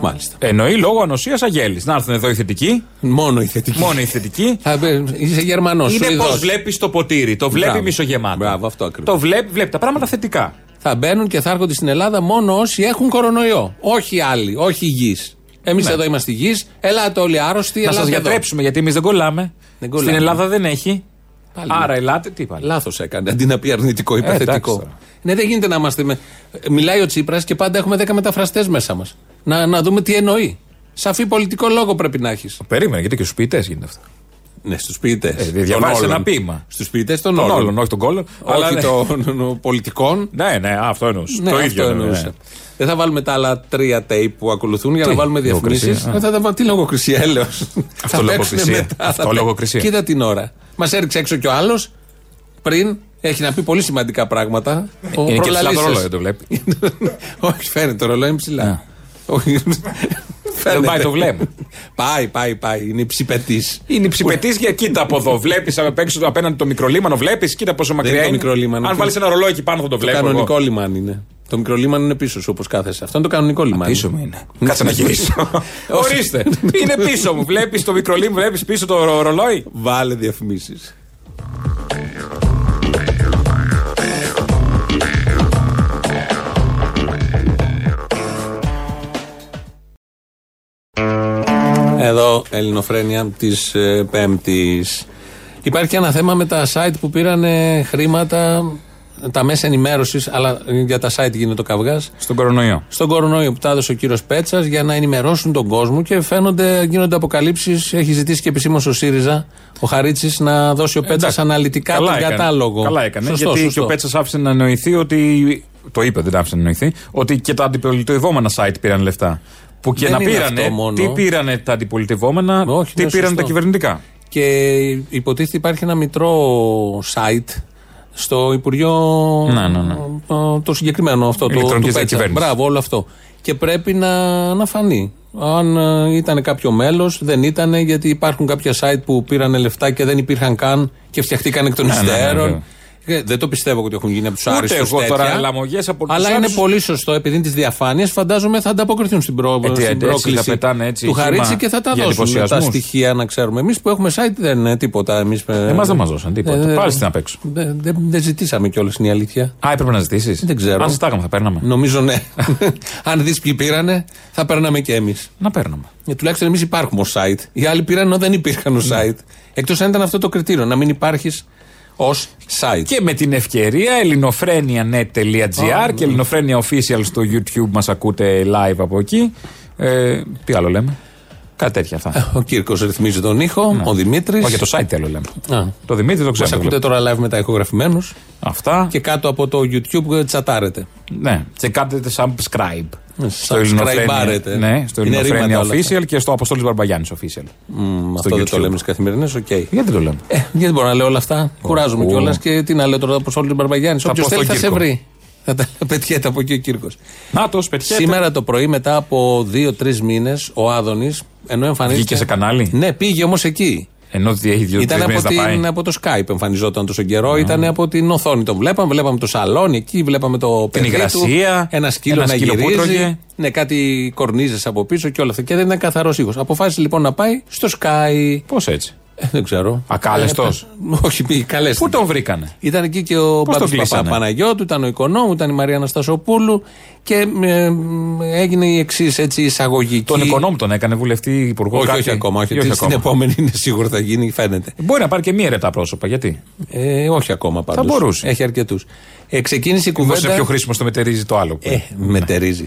Μάλιστα.
Εννοεί λόγω ανοσίας αγέλης. Να έρθουν εδώ οι θετικοί,
Μόνο η θετική.
μόνο οι θετικοί.
Θα, ε, είσαι Γερμανός.
Είναι πώ βλέπεις το ποτήρι. Το βλέπει
Μπράβο.
μισογεμάτο.
Μπράβο, αυτό ακριβώς.
Το βλέπει, βλέπει τα πράγματα θετικά.
Θα μπαίνουν και θα έρχονται στην Ελλάδα μόνο όσοι έχουν κορονοϊό. Όχι άλλοι, όχι υγιείς. Εμείς εδώ είμαστε υγιείς. Ελάτε όλοι άρρωστοι.
Ναι. Να σας
ελάτε εδώ.
γιατρέψουμε γιατί εμείς δεν κολλάμε.
Δεν κολλάμε.
Στην Ελλάδα δεν έχει.
Πάλι
Άρα
ναι.
ελάτε, τι πάλι.
Λάθος έκανε. Αντί να πει αρνητικό, είπε
Ε, εντάξει
θετικό.
τώρα.
Ναι, δεν γίνεται να είμαστε. Με... Μιλάει ο Τσίπρας και πάντα έχουμε 10 μεταφραστές μέσα μας. Να, να δούμε τι εννοεί. Σαφή πολιτικό λόγο πρέπει να έχεις.
Περίμενε, γιατί και στους ποιητές γίνεται αυτό.
Ναι, στους ποιητές.
Ε, διαβάζεις ένα ποίημα.
Στους ποιητές των
Των
όλων.
όλων, όχι των κόλλων. αλλά
Όχι
ναι.
των πολιτικών.
Ναι, ναι, αυτό εννοούσες.
Ναι,
το
αυτό
ίδιο
εννοούσα.
Ναι.
Δεν θα βάλουμε τα άλλα τρία τέιπ που ακολουθούν για να
Τι,
βάλουμε
λογοκρισία,
διαφημίσεις.
α.
Θα τα βάλουμε. Τι λογοκρισία, έλεος. Θα παίξουμε
λογοκρισία. Αυτό
πέ-
λογοκρισία.
Κοίτα την ώρα. Μας έριξε έξω κι ο άλλος πριν. Έχει να πει πολύ σημαντικά πράγματα. Ο
Είναι και ψηλά το
προλαλής σας.
ρολόι, δεν το βλέπει.
Όχι, φαίνεται το ρολόι είναι ψηλά. Όχι.
Δεν πάει
Φαίνεται.
το βλέμμα.
Πάει, πάει, πάει. Ναι. Είναι ψηπετής.
Είναι ψηπετής για κοίτα από εδώ. Βλέπεις απέναντι το μικρολίμανο, βλέπεις, κοίτα πόσο μακριά
είναι το
είναι.
μικρολίμανο.
Αν
Το-
βάλεις ένα ρολόι εκεί πάνω θα το
Το
βλέπω.
κανονικό
εγώ.
λιμάνι είναι. Το μικρό λιμάνι είναι πίσω σου, όπως κάθεσαι. Αυτό είναι το κανονικό λιμάνι.
Πίσω μου είναι. Κάτσε να γυρίσω. Ορίστε. Είναι πίσω μου. Βλέπεις το μικρολίμανο, βλέπεις πίσω το ρο- ρολόι.
Βάλε διαφημίσεις. Εδώ, Ελληνοφρένια της ε, Πέμπτης. Υπάρχει ένα θέμα με τα site που πήραν ε, χρήματα, τα μέσα ενημέρωσης, αλλά ε, για τα site γίνεται ο καυγάς
Στον κορονοϊό.
στον κορονοϊό που τα έδωσε ο κύριος Πέτσας για να ενημερώσουν τον κόσμο και φαίνονται, γίνονται αποκαλύψεις. Έχει ζητήσει και επισήμως ο ΣΥΡΙΖΑ, ο Χαρίτσης, να δώσει ο Πέτσας
Εντάξει.
αναλυτικά τον
έκανε.
κατάλογο.
Καλά έκανε.
Σωστό,
γιατί
σωστό.
και ο Πέτσας άφησε να νοηθεί ότι. Το είπε, δεν άφησε να νοηθεί. Ότι και τα αντιπολιτευόμενα site πήραν λεφτά. Που και
Δεν
να
είναι
πήρανε.
αυτό μόνο.
Τι πήρανε τα αντιπολιτευόμενα,
Όχι,
τι
ναι,
πήρανε
σωστό.
τα κυβερνητικά.
Και υποτίθεται υπάρχει ένα μητρό site στο Υπουργείο.
Ναι, ναι, ναι.
ε, Το συγκεκριμένο αυτό. Το, του
Ηλεκτρονικής
Πέτσα.
διακυβέρνησης.
Μπράβο, όλο αυτό. Και πρέπει να, να φανεί. Αν ε, ήταν κάποιο μέλος, δεν ήταν, γιατί υπάρχουν κάποια site που πήραν λεφτά και δεν υπήρχαν καν και φτιαχτήκαν εκ των
ναι, ναι,
υστέρων.
βέβαια.
Ε, δεν το πιστεύω ότι έχουν γίνει από τους
Ούτε
άριστους.
εγώ τώρα, λαμογές από τους
Αλλά είναι
άριστους.
πολύ σωστό, επειδή είναι τη διαφάνεια, φαντάζομαι θα ανταποκριθούν στην, προ...
Ε, τι,
στην
έτσι θα
πρόκληση
πετάνε έτσι
του
χήμα
Χαρίτση και θα τα
για
δώσουν τα
εντυπωσιασμούς.
στοιχεία στοιχεία να ξέρουμε. Εμείς που έχουμε site δεν είναι τίποτα. Εμείς, ε,
Εμάς δεν μας δώσαν τίποτα.
Ε,
Πάλι στην απ' έξω.
Δεν δεν- δεν ζητήσαμε κιόλας, είναι η αλήθεια.
Α, έπρεπε να ζητήσεις.
Δεν ξέρω.
Αν ζητάγαμε, θα παίρναμε.
Νομίζω ναι. Αν δεις ποιοι πήρανε, θα παίρναμε κι εμείς.
Να παίρναμε.
Ε, Τουλάχιστον εμείς υπάρχουμε ως site. Οι άλλοι πήραν ενώ δεν υπήρχαν ως
Ναι.
site. Εκτός αν ήταν αυτό το κριτήριο, να μην υπάρχεις ως site.
Και με την ευκαιρία ελληνοφρένια.net.gr
ναι.
και ελληνοφρένια official στο YouTube μας ακούτε live από εκεί. Ε, τι άλλο λέμε. Κάτι τέτοια θα.
Ο Κύρκος ρυθμίζει τον ήχο, ο Δημήτρης.
Ναι. Όχι, για το site άλλο λέμε.
Α.
Το Δημήτρη το ξέρω. το
Μα Ε, ακούτε
βλέπω.
τώρα live με τα ηχογραφημένους.
Αυτά.
Και κάτω από το YouTube ε, τσατάρετε.
Ναι, τσεκάρτε subscribe.
Ε,
Στο
subscribe-άρετε.
Ελληνοφρένια- Ναι, στο
Είναι ρήματα
Ελληνοφρένια
όλα αυτά.
Official και στο Αποστόλης Μπαρμπαγιάννης Official.
Μ,
Στο
Αυτό δεν το
YouTube.
λέμε στις καθημερινές, οκ.
Γιατί το λέμε.
Ε, γιατί μπορώ να λέω όλα αυτά. Κουράζομαι
ω.
κιόλας και τι να λέω τώρα από όλη την Μπαρμπαγιάννης.
Θα
Όποιος
πω
θέλει θα
στον
σε
Κύρκο.
βρει. Θα τα πετιέται από εκεί ο Κύρκος.
Να το πετυχαίνετε.
Σήμερα το πρωί, μετά από δύο-τρει μήνες, ο Άδωνης, ενώ εμφανίστηκε.
Βγήκε σε κανάλι.
Ναι, πήγε όμως εκεί.
Ενώ ότι έχει δύο
Ήταν
τρεις
από,
μήνες να πάει.
την, από το Skype εμφανιζόταν τόσο καιρό, ήταν από την οθόνη τον βλέπαμε, βλέπαμε το σαλόνι εκεί, βλέπαμε το παιδί
υγρασία,
του, ένα σκύλο
ένα
να
σκύλο που
γυρίζει,
τρώγε.
ναι, κάτι κορνίζες από πίσω και όλα αυτά και δεν ήταν καθαρός ήχος. Αποφάσισε λοιπόν να πάει στο Sky,
Πώς έτσι.
ε, δεν ξέρω.
Ακάλεστος.
Ε, όχι, πήγε καλέστη.
Πού τον βρήκανε.
Ήταν εκεί και ο
Πώς τον
Παπα
κλείσανε?
Παναγιώτου, ήταν ο οικονόμου, ήταν η Μαρία Αναστασοπούλου και ε, ε, έγινε η εξής έτσι εισαγωγική.
Τον οικονόμου τον έκανε βουλευτή, υπουργό.
Όχι,
κάτι.
όχι ακόμα. Όχι, Στην επόμενη είναι σίγουρο θα γίνει, φαίνεται.
Μπορεί να πάρει και μία ρετά πρόσωπα. Γιατί.
Ε, όχι ακόμα πάντως.
μπορούσε.
Έχει αρκετούς. Ε, ξεκίνησε η
Μήπως είναι
κουβέντα.
πιο χρήσιμο στο μετερίζει το άλλο. που
Ε, μετερίζει.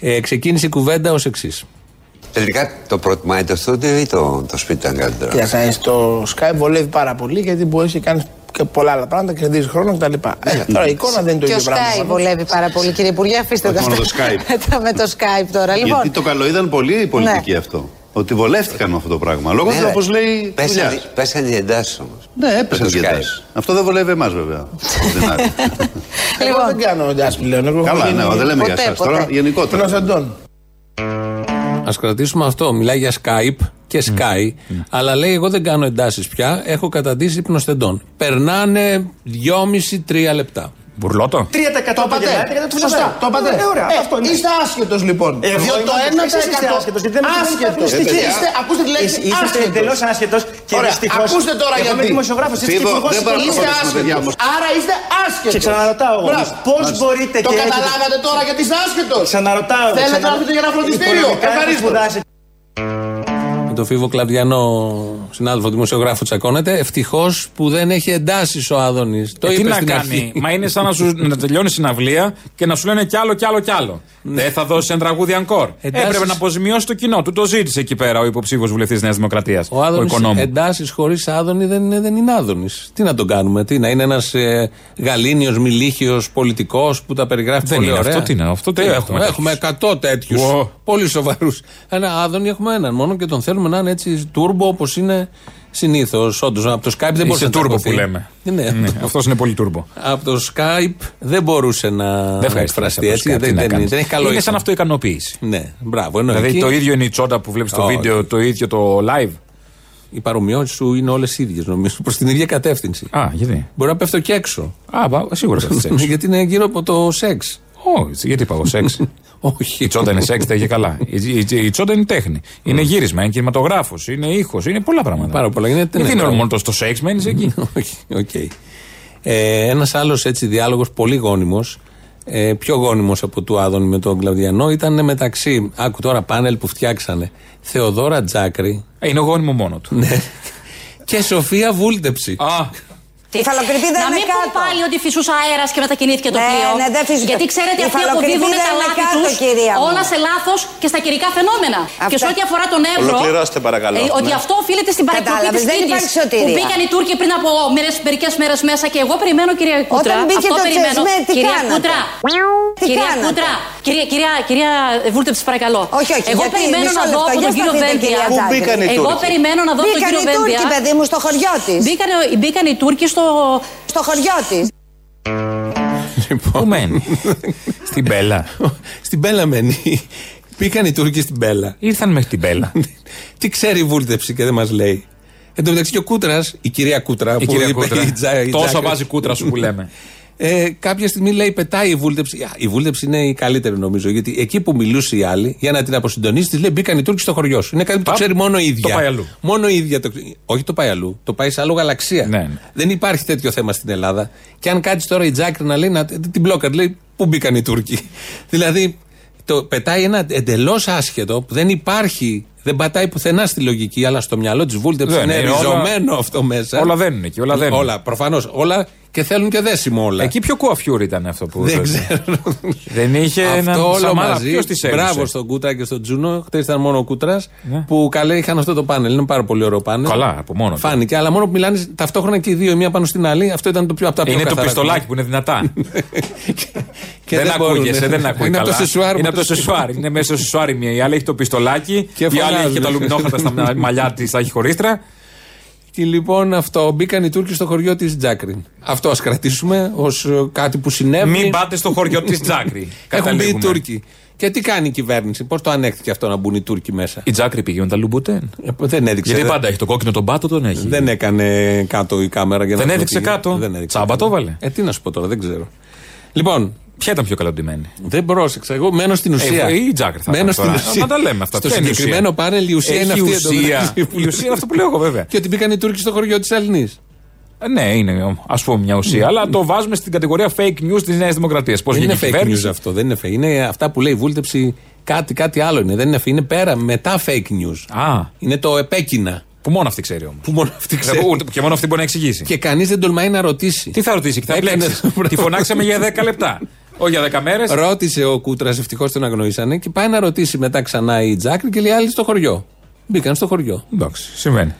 Ε, ξεκίνησε η κουβέντα ως εξής.
Τελικά το προτιμάει το στούντιο ή το, το σπίτι ήταν καλύτερο.
Κοίταξε, να δεις, το Skype βολεύει πάρα πολύ γιατί μπορεί και κάνεις και πολλά άλλα πράγματα, κερδίζεις χρόνο κτλ.
Ναι.
Ε, τώρα η εικόνα δεν είναι το
Και ο
ίδιο πράγμα.
Skype
προφανώς.
βολεύει πάρα πολύ, κύριε Υπουργέ. Αφήστε
Όχι
τα
μόνο το
αυτά.
Skype.
Τα με το Skype τώρα. Λοιπόν,
Γιατί το καλό ήταν πολύ η πολιτική αυτό. Ότι βολεύτηκαν με αυτό το πράγμα. Λόγω του,
Ναι,
όπως λέει,
Πέσανε-
δουλειά.
Πέσανε οι εντάσει όμως.
Ναι, έπεσαν
το
και
Skype.
εντάσεις. Αυτό δεν βολεύει εμάς, βέβαια. Ordinary.
Εγώ
λοιπόν,
δεν κάνω εντάσει πλέον. Εγώ
Καλά, ναι, δεν λέμε για
Ποτέ,
εσάς
ποτέ.
τώρα. Γενικότερα.
Ενό Αντών.
Ας κρατήσουμε αυτό. Μιλάει για Skype και
Ναι.
Sky, αλλά λέει: Εγώ δεν κάνω εντάσεις πια. Έχω καταντήσει υπνοστεντών. Περνάνε
2,5-3 λεπτά. Μπουρλότο.
3%
Το
που γελάτε και
πατέ.
το
Σωστά, το πατέ.
Ε, ωραία, αυτό είναι.
Είστε άσχετος λοιπόν.
Εγώ είμαι άσχετος. Είστε άσχετος, γιατί δεν με
Άσχετο.
πιστεύετε. Ε, παιδιά.
Είστε, ακούστε τη λέξη.
Εσ- Είστε
άσχετος.
εντελώς άσχετος και
Ωραία,
δυστυχώς.
ακούστε τώρα
εγώ
γιατί.
είμαι δημοσιογράφο, είστε
Φίβο,
υπουργό
δεν
οικονομικών.
Είστε
παρακολουθώ
Είστε
παιδιά
άσχετος.
μου.
Άρα είστε άσχετος.
Και ξαναρωτάω εγώ, πώς μπορείτε
Το
και έχετε-
καταλάβατε τώρα γιατί είστε άσχετος.
Ξαναρωτάω.
Θέλετε
ξανα-
να πείτε για ένα φροντιστήριο.
Οικονομικά έχω
Ευχαρίστω.
σπουδάσει.
με τον Φίβο Κλαβδιανό, συνάδελφο δημοσιογράφο, τσακώνεται. Ευτυχώς που δεν έχει εντάσεις ο Άδωνης. Το
Ε,
είπε
τι να
στην
κάνει.
αρχή.
Μα είναι σαν να, σου, να τελειώνει συναυλία και να σου λένε κι άλλο κι άλλο κι άλλο.
Ναι.
Δεν θα δώσει ένα τραγούδι αγκόρ.
Εντάσεις-
Έπρεπε να αποζημιώσει το κοινό. Του το ζήτησε εκεί πέρα ο υποψήφιος βουλευτής Νέας Δημοκρατίας. Ο,
Ο ε, Άδωνη
οικονόμου.
εντάσεις χωρίς Άδωνη δεν είναι, δεν είναι Άδωνης. Τι να τον κάνουμε, τι να είναι ένας ε, γαλήνιος, μιλίχιο πολιτικός που τα περιγράφει
Δεν
πολύ
είναι
ωραία. Ε,
αυτό, τι είναι, αυτό τι έχουμε τέτοιους.
Έχουμε 100 τέτοιου.
Wow.
Πολύ σοβαρούς. Ένα Άδωνη έχουμε έναν μόνο και τον θέλουμε να είναι έτσι τούρμπο όπως είναι συνήθως. Όντως από το Skype δεν μπορούσε
Είσαι
να
τούρμπο
τσακωθεί.
που λέμε.
Ναι.
Αυτός είναι πολύ τούρμπο.
Από το Skype δεν μπορούσε να
Δεν ευχαριστεί.
εκφραστεί έτσι. Δεν, δεν, δεν έχει καλό
Είναι
ύφο.
σαν αυτοικανοποίηση.
Ναι, μπράβο. Ενώ
Δηλαδή
εκεί
το ίδιο είναι η τσόντα που βλέπεις στο
Όχι.
βίντεο, το ίδιο το live.
οι παρομοιώσει σου είναι όλες ίδιες νομίζω. Προς την ίδια κατεύθυνση.
Α, γιατί.
Μπορεί να πέφτω και έξω. Ναι,
Α, πα- σίγουρα θα σεξ.
Γιατί είναι γύρω από το σεξ.
Όχι, γιατί είπα εγώ σεξ.
Όχι.
Η τσόντα είναι σεξ, τα είχε καλά. Η, η, η- η τσόντα είναι τέχνη. Είναι γύρισμα, είναι κινηματογράφος, είναι ήχος, είναι πολλά πράγματα.
Mm.
Ε,
Πάρα πολλά. Mm. Είναι,
Δεν είναι
ναι,
μόνο το στο σεξ, μένεις εκεί.
Όχι, οκ. Ε, Ένας άλλος έτσι διάλογος πολύ γόνιμος, ε, πιο γόνιμος από του Άδωνη με τον Κλαβδιανό, ήταν μεταξύ. Άκου τώρα πάνελ που φτιάξανε. Θεοδόρα Τζάκρη
Ε, Είναι γόνιμο μόνος του.
Ναι. και Σοφία Βούλτεψη.
Α,
Η φαλοκρηπίδα
να
είναι
μην πούν
κάτω.
πάλι ότι φυσούσε αέρας και μετακινήθηκε το
Ναι,
πλοίο.
ναι, δεν φυσούσε.
Γιατί ξέρετε,
Η
αυτοί
φαλοκρηπίδα
αποδίδουν τα
είναι
λάθη
κάτω,
τους
κυρία μου.
όλα σε λάθος και στα καιρικά φαινόμενα. Και σε ό,τι αφορά τον Εύρο.
Ολοκληρώστε, παρακαλώ.
ε, ότι
Ναι.
αυτό οφείλεται στην παρεκτροπή τη
Κατάλαβες, δεν
Κρήτη.
υπάρχει σωτηρία.
Που μπήκαν οι Τούρκοι πριν από μερικές μέρες μέσα και εγώ περιμένω, κυρία Κούτρα.
μπήκε
αυτό
το
περιμένω.
τσεσμέ, τι
κυρία
κάνατε?
Κούτρα.
Τι
Κυρία
κάνατε?
Κούτρα. Κυρία, κυρία, κυρία Βούλτεψη, παρακαλώ.
Όχι, όχι,
Εγώ
γιατί,
περιμένω
μισό
να δω
λεπτό,
από
για
τον κύριο
σταθείτε,
Βένδια.
κυρία Τζάκη. Πού μπήκαν οι
Εγώ
Τούρκοι?
περιμένω να δω από τον
Μπήκαν
κύριο
οι
Βένδια.
Τούρκοι, παιδί μου, στο χωριό της.
Μπήκαν, μπήκαν οι Τούρκοι στο.
Στο χωριό της.
Πού μένει. Στην Μπέλα.
Στην Πέλα μένει. Πήγαν οι Τούρκοι στην Πέλα.
Ήρθαν μέχρι την Μπέλα.
Τι ξέρει η Βούλτεψη και δεν μας λέει. Εν τω μεταξύ και ο Κούτρας, η κυρία Κούτρα,
Η
που
κυρία
είπε
Κούτρα.
η Τζα- η
Τόσο
Τζάκρη.
βάζει κούτρα σου που λέμε.
Ε, κάποια στιγμή λέει πετάει η βούλτεψη. Α, Η βούλτεψη είναι η καλύτερη νομίζω. Γιατί εκεί που μιλούσε η άλλη, για να την αποσυντονίσει, της λέει μπήκαν οι Τούρκοι στο χωριό σου. Είναι κάτι που το
Α,
ξέρει μόνο η
το
ίδια.
πάει αλλού.
Μόνο η ίδια το ξέρει. Όχι το πάει αλλού. Το πάει σε άλλο γαλαξία.
Ναι, ναι.
Δεν υπάρχει τέτοιο θέμα στην Ελλάδα. Και αν κάτσει τώρα η Τζάκρη να λέει, να, την μπλόκαρ, λέει πού μπήκαν οι Τούρκοι. δηλαδή το πετάει ένα εντελώς άσχετο που δεν υπάρχει. Δεν πατάει πουθενά στη λογική, αλλά στο μυαλό της βούλτεψης
Δεν
είναι,
είναι, όλα-
ριζωμένο αυτό μέσα.
Όλα δένουν εκεί, όλα δένουν.
Όλα, προφανώς. Όλα και θέλουν και δέσιμο όλα.
Εκεί πιο κουαφιούρ ήταν αυτό που.
Δεν
έδωσε.
ξέρω.
Δεν είχε έναν
Αυτό όλο
Σαμάρα.
μαζί.
Ποιος της Ναι. έδωσε?
Μπράβο στον Κούτρα και στον Τζούνο. Χθε ήταν μόνο ο Κούτρα που καλέ είχαν αυτό το πάνελ. Είναι πάρα πολύ ωραίο πάνελ.
Καλά, από μόνο του.
Φάνηκε, αλλά μόνο που μιλάνε ταυτόχρονα και οι δύο, η μία πάνω στην άλλη. Αυτό ήταν το πιο από τα πιο
Ε, Είναι το
καθαρά.
πιστολάκι που είναι δυνατά.
Και
δεν,
μπορούν.
ακούγεσαι, δεν ακούγεσαι.
Είναι από το σεσουάρ.
Είναι
μου
από το σεσουάρ. Είναι μέσα στο σεσουάρ η μία. Η άλλη έχει το πιστολάκι.
Και
η άλλη
φωνάζει.
έχει και τα λουμινόχατα στα μαλλιά της, τα έχει χωρίστρα.
Και λοιπόν αυτό, μπήκαν οι Τούρκοι στο χωριό της Τζάκριν. Αυτό ας κρατήσουμε ως κάτι που συνέβη.
Μην πάτε στο χωριό της Τζάκρη.
Έχουν μπει οι
Καταλήγουμε.
Τούρκοι. Και τι κάνει η κυβέρνηση, πώς το ανέχθηκε αυτό να μπουν οι Τούρκοι μέσα.
Η Τζάκρη πήγε με τα λουμπουτέν.
Ε, Δεν έδειξε.
Γιατί
δεν-
πάντα έχει το κόκκινο τον πάτο, τον έχει.
Δεν έκανε κάτω η κάμερα για να
Δεν
δούμε
έδειξε
τι γίνεται.
κάτω.
Δεν έδειξε.
Τσάμπα το έβαλε.
Ε, τι να σου πω τώρα, δεν ξέρω. Λοιπόν,
Ποια ήταν πιο καλοντημένη.
δεν πρόσεξα. Εγώ μένω στην ουσία.
Ε, ή η Τζάκρη θα
μένω
ήταν
στην
τώρα.
ουσία.
Να τα λέμε αυτά.
Στο
Ποια είναι η ουσία?
συγκεκριμένο πάνελ η ουσία
Έχει
είναι αυτή. εν τω
ουσία.
μεταξύ, που-
Η ουσία είναι αυτό που λέω εγώ βέβαια.
Και ότι μπήκαν οι Τούρκοι στο χωριό της Ελληνής.
Ε, Ναι, είναι ας πούμε μια ουσία. αλλά το βάζουμε στην κατηγορία fake news της Νέας Δημοκρατίας. Πώς
Ναι. Δεν
γίνεται
είναι
η
fake
κυβέρνηση.
news αυτό. Δεν είναι fake. Είναι αυτά που λέει η βούλτεψη κάτι, κάτι άλλο είναι. Δεν είναι fake. Είναι πέρα μετά fake news.
Α,
Είναι το επέκεινα.
που μόνο αυτή ξέρει όμως.
Που μόνο αυτή ξέρει.
Και μόνο αυτή μπορεί να εξηγήσει.
Και Ε, ναι, κανείς δεν τολμάει να ρωτήσει.
Τι θα ρωτήσει, και θα
Έκανε
μπλέξεις.
το πράγμα.
Τη φωνάξαμε για 10 λεπτά. Όχι για 10 μέρες.
Ρώτησε ο Κούτρας, ευτυχώς τον αγνοήσανε, και πάει να ρωτήσει μετά ξανά η Τζάκρη και λέει άλλοι στο χωριό. Μπήκαν στο χωριό.
Εντάξει, συμβαίνει.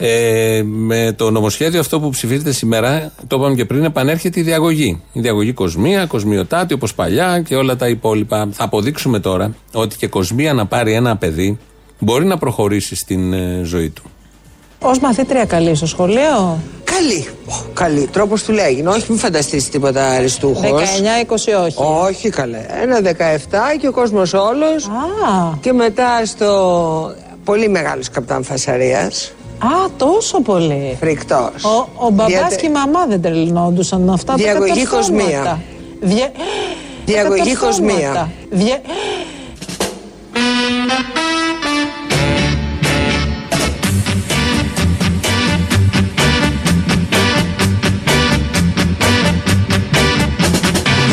Ε, με το νομοσχέδιο αυτό που ψηφίζεται σήμερα, το είπαμε και πριν, επανέρχεται η διαγωγή. Η διαγωγή Κοσμία, Κοσμιοτάτη, όπως παλιά και όλα τα υπόλοιπα. Θα αποδείξουμε τώρα ότι και Κοσμία να πάρει ένα παιδί μπορεί να προχωρήσει στην ε, ζωή του.
Ως μαθήτρια καλή στο σχολείο.
Καλή. Ω, Καλή. Τρόπος του λέγει. Όχι, μην φανταστείς τίποτα αριστούχος.
19-20 όχι.
Όχι, καλέ. Ένα 17 και ο κόσμος όλος.
Α,
Και μετά στο πολύ μεγάλος καπτάν φασαρίας.
α, τόσο πολύ.
Φρικτός.
Ο, ο μπαμπάς και η μαμά δεν τρελνόντουσαν αυτά τα
Διαγωγή
κατορθώματα.
Κοσμία.
Διε-
Διαγωγή
τα κατορθώματα.
Κοσμία.
Διε-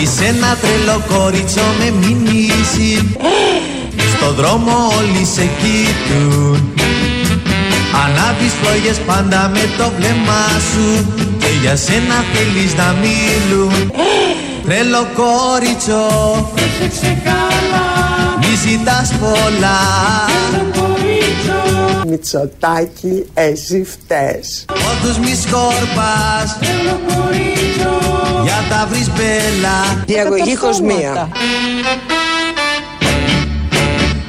Είσαι ένα τρελό κορίτσο με μηνύσει Στο δρόμο όλοι σε κοιτούν Ανάβεις φλόγες πάντα με το βλέμμα σου Και για σένα θέλεις να μιλούν Τρελό κόριτσο Πρόσεξε καλά Μη ζητάς πολλά
Μητσοτάκι, εσύ φταίς.
Όντως μη σκόρπας Τρελό κόριτσο Για τα βρεις μπέλα
Διαγωγή κοσμία.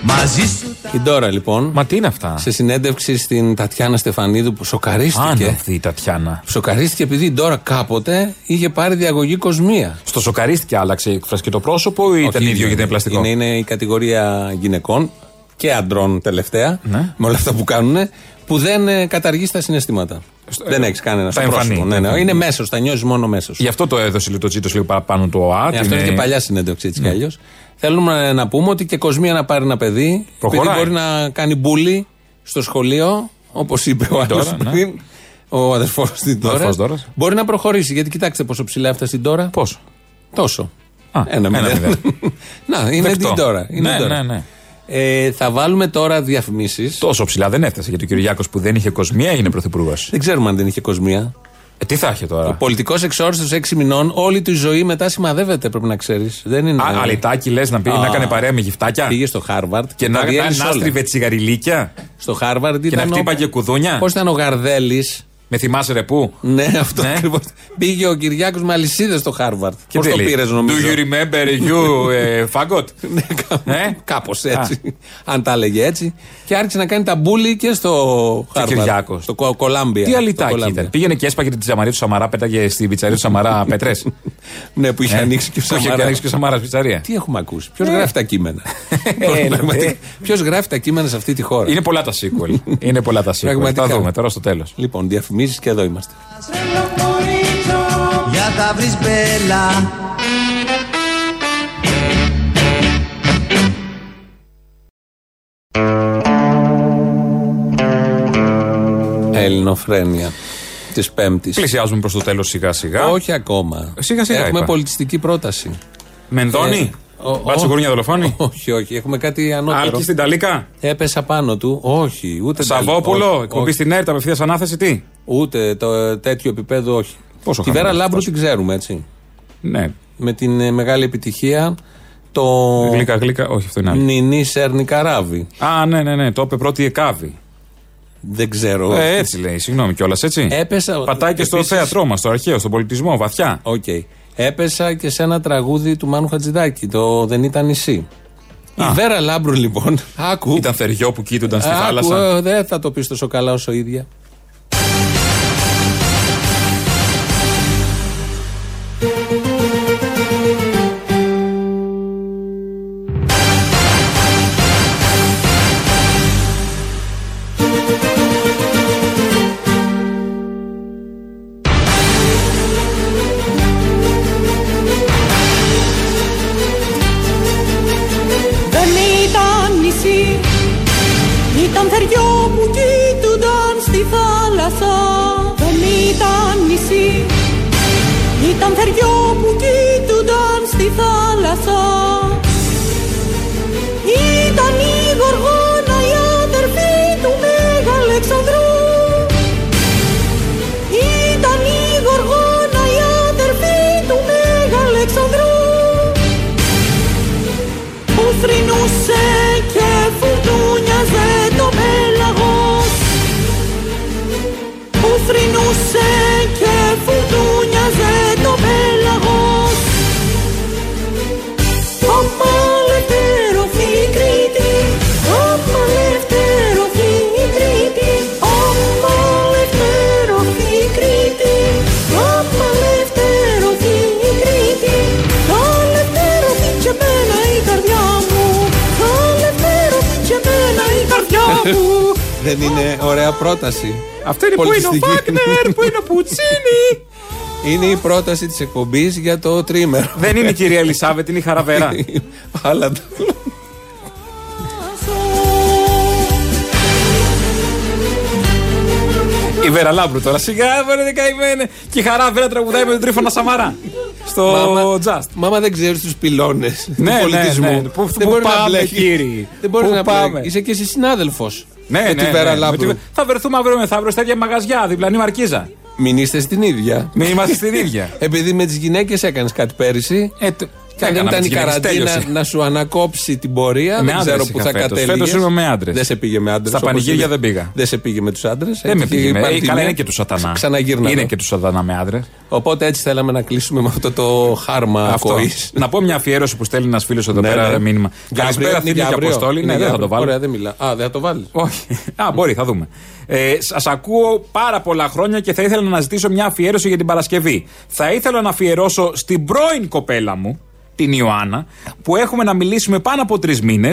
Μαζί σου
Η Ντόρα λοιπόν. Μα τι είναι αυτά. Σε συνέντευξη στην Τατιάνα Στεφανίδου που σοκαρίστηκε.
Αν αυτή η Τατιάνα.
Σοκαρίστηκε επειδή η Ντόρα κάποτε είχε πάρει διαγωγή κοσμία.
Στο σοκαρίστηκε, άλλαξε η έκφραση και το πρόσωπο ή ήταν ίδιο
Όχι, είναι-
γιατί είναι πλαστικό.
Είναι, είναι η κατηγορία γυναικών και αντρών τελευταία,
Ναι.
με όλα αυτά που κάνουν, που δεν ε, καταργείς τα συναισθήματα. δεν έχεις κανένα
ε, τα
στο πρόσωπο.
εμφανεί,
Ναι,
τα
ναι,
εμφανεί.
είναι μέσος, τα νιώθει μόνο μέσος.
Γι' αυτό το έδωσε λίγο το τσίτο λίγο παραπάνω το ΑΤ.
Ε, αυτό είναι και παλιά συνέντευξη
Ναι.
έτσι κι αλλιώς. Θέλουμε να πούμε ότι και κοσμία να πάρει ένα παιδί.
Προχωράει.
Επειδή μπορεί να κάνει μπουλή στο σχολείο, όπως είπε ο
Η
άλλο
Ντόρα, ναι.
πριν. Ο αδερφός τη τώρα.
αδερφός Ντόρας.
Μπορεί να προχωρήσει γιατί κοιτάξτε πόσο ψηλά έφτασε η τώρα. Πόσο. Τόσο.
Α,
ένα
ένα
μηδέν. να, είναι
Δεκτό.
την τώρα. Είναι
Ναι,
η Ντόρα.
ναι, ναι.
Ε, θα βάλουμε τώρα διαφημίσεις.
Τόσο ψηλά δεν έφτασε γιατί ο Κυριάκο που δεν είχε κοσμία έγινε πρωθυπουργός.
Δεν ξέρουμε αν δεν είχε κοσμία.
Ε, τι θα είχε τώρα.
Πολιτικός εξόριστος 6 μηνών, όλη του η ζωή μετά σημαδεύεται, πρέπει να ξέρεις. Δεν είναι.
Α, αλυτάκι λες να πήγε
Ε, Α.
να κάνει παρέα με γυφτάκια.
Πήγε στο Χάρβαρτ
Και να, να,
διέλυσε
να
όλα.
στρίβε τσιγαριλίκια.
Στο Χάρβαρντ
Και να
ήταν.
χτύπαγε κουδούνια.
Πώς ήταν ο Γαρδέλης.
Με θυμάσαι ρε πού.
Ναι, αυτό
Ναι.
ακριβώς. Πήγε ο Κυριάκος με αλυσίδες στο Χάρβαρτ.
Και
Πώς
τι
το
λέει,
πήρες, νομίζω.
Do you remember you, ε, faggot? Ναι.
Κάπω έτσι. Αν τα έλεγε έτσι. Και άρχισε να κάνει τα μπούλι και στο Χάρβαρτ.
Κυριάκος.
Στο Κο- Κολάμπια.
Τι
Στο
αλυτάκι
Κολάμπια.
ήταν. Πήγαινε και έσπαγε την τζαμαρία του Σαμαρά, πέταγε στην πιτσαρία του Σαμαρά πέτρες.
Ναι, που είχε ανοίξει και ο
Ε, Είχε
Σαμαράς.
ανοίξει και Ε. ο Σαμαράς πιτσαρία.
Τι έχουμε ακούσει. Ποιος γράφει τα κείμενα. Ποιο γράφει τα κείμενα σε αυτή τη χώρα.
Είναι πολλά τα sequel. Είναι πολλά τα sequel.
Πραγματικά.
Θα δούμε τώρα στο τέλος.
Λοιπόν, διαφημίσει και εδώ είμαστε.
Για τα βρεις μπέλα
Ελληνοφρένεια της Πέμπτης.
Πλησιάζουμε προς το τέλος σιγά σιγά.
Όχι ακόμα.
Σιγά σιγά
Έχουμε
είπα.
πολιτιστική πρόταση.
Μενδώνη.
Ε, ο-
Μπάτσο
ο-
γουρνιά δολοφόνη.
Όχι, όχι. Έχουμε κάτι ανώτερο.
Άλκη στην Ταλίκα.
Έπεσα πάνω του. Όχι, ούτε. τα-
Σαββόπουλο.
όχι,
Εκπομπή
όχι.
στην ΕΡΤ. Απευθείας ανάθεση τι.
Ούτε το, ε, τέτοιο επίπεδο, όχι.
Πόσο
Τη Βέρα
χαμηλά
Λάμπρου
φτάσουμε.
την ξέρουμε, έτσι.
Ναι.
Με την ε, μεγάλη επιτυχία το.
Γλύκα, γλύκα. Όχι, αυτό είναι άλλο.
Νινή Σέρνη Καράβη.
Α, ναι, ναι, ναι. Το είπε πρώτη η Εκάβη.
Δεν ξέρω.
Ε, έτσι λέει, συγγνώμη κιόλας, έτσι.
Έπεσα.
Πατάει και στο
Επίσης-
θέατρό μας, στο αρχαίο, στον πολιτισμό, βαθιά.
Οκ. Έπεσα και σε ένα τραγούδι του Μάνου Χατζηδάκη. Το Δεν ήταν νησί. Η Βέρα Λάμπρου λοιπόν. Άκου.
Ήταν θεριό που κοίτουνταν στη
Άκου,
θάλασσα.
ε, δεν θα το πεις τόσο καλά όσο η ίδια.
Δεν ήταν νησί, ήταν θεριό που κοίτουνταν στη θάλασσα. Δεν ήταν νησί, ήταν θεριό που κοίτουνταν στη θάλασσα. Ήταν η Γοργόνα η αδερφή του Μέγα Αλεξανδρού. Ήταν η Γοργόνα η αδερφή του Μέγα Αλεξανδρού που θρυνούσε και φουρτούνιαζε το πέλαγος που θρυνούσε και φουρτούνιαζε το πέλαγος Αμαλευτερωθεί η Κρήτη Αμαλευτερωθεί η Κρήτη Αμαλευτερωθεί η Κρήτη Αμαλευτερωθεί η Κρήτη Αλευτερωθεί και εμένα η καρδιά μου Αλευτερωθεί και εμένα η καρδιά μου
Δεν είναι ωραία πρόταση.
Αυτό είναι που είναι ο Βάγκνερ, που είναι ο Πουτσίνη.
Είναι η πρόταση της εκπομπής για το τρίμερο.
Δεν είναι η κυρία Ελισάβετ, είναι η Χαραβέρα.
Αλλά τα-
η Βέρα Λάμπρου τώρα. Σιγά, βρε καημένε. Και η Χαραβέρα τραγουδάει με τον Τρίφωνα Σαμαρά. Στο
Μάμα-
Just.
Μάμα δεν ξέρεις τους πυλώνες του
Ναι, ναι,
πολιτισμού.
ναι. Πού- πού πάμε, κύριοι?
Δεν μπορεί
Πού
να
πάμε?
μπλέκει. Είσαι και εσύ συνάδελφος.
Ναι,
με
ναι,
τη
ναι,
Βέρα
ναι,
Λάμπρου.
με τη- Θα βρεθούμε αύριο μεθαύριο στα ίδια μαγαζιά, διπλανή μαρκίζα.
Μην είστε στην ίδια.
Μην είμαστε στην ίδια.
Επειδή με τις γυναίκες έκανες κάτι πέρυσι.
Ε,
και αν δεν
έκανα
ήταν
με
η
τις γυναίκες,
καραντίνα ναι,
τέλειωσε.
να σου ανακόψει την πορεία,
Με
δεν
άντρες
ξέρω που
είχα
θα
φέτος.
κατέληγες.
Φέτος ήμουν με άντρες.
Δεν σε πήγε με άντρες.
Στα πανηγύρια δεν πήγα.
Δεν σε πήγε με τους άντρες.
Δεν με πήγε. με- Ε,
ναι.
Καλά, είναι και τους σατανά.
Ξαναγύρναμε.
Είναι και τους σατανά με άντρες.
Οπότε έτσι θέλαμε να κλείσουμε με αυτό το χάρμα
Αυτό.
ακοής.
Να πω μια αφιέρωση που στέλνει ένας φίλος εδώ
Ναι,
πέρα
ναι.
μήνυμα.
Για αύριο,
Καλησπέρα,
είναι
φίλοι
για
και
αύριο.
Αποστόλη.
Είναι
Ναι,
για
δεν θα το
αύριο.
βάλω.
Ωραία, δεν μιλά. Α, δεν θα το βάλει.
Όχι. Α, μπορεί, θα δούμε. Ε, Σας ακούω πάρα πολλά χρόνια και θα ήθελα να ζητήσω μια αφιέρωση για την Παρασκευή. Θα ήθελα να αφιερώσω στην πρώην κοπέλα μου, την Ιωάννα, που έχουμε να μιλήσουμε πάνω από τρεις μήνες.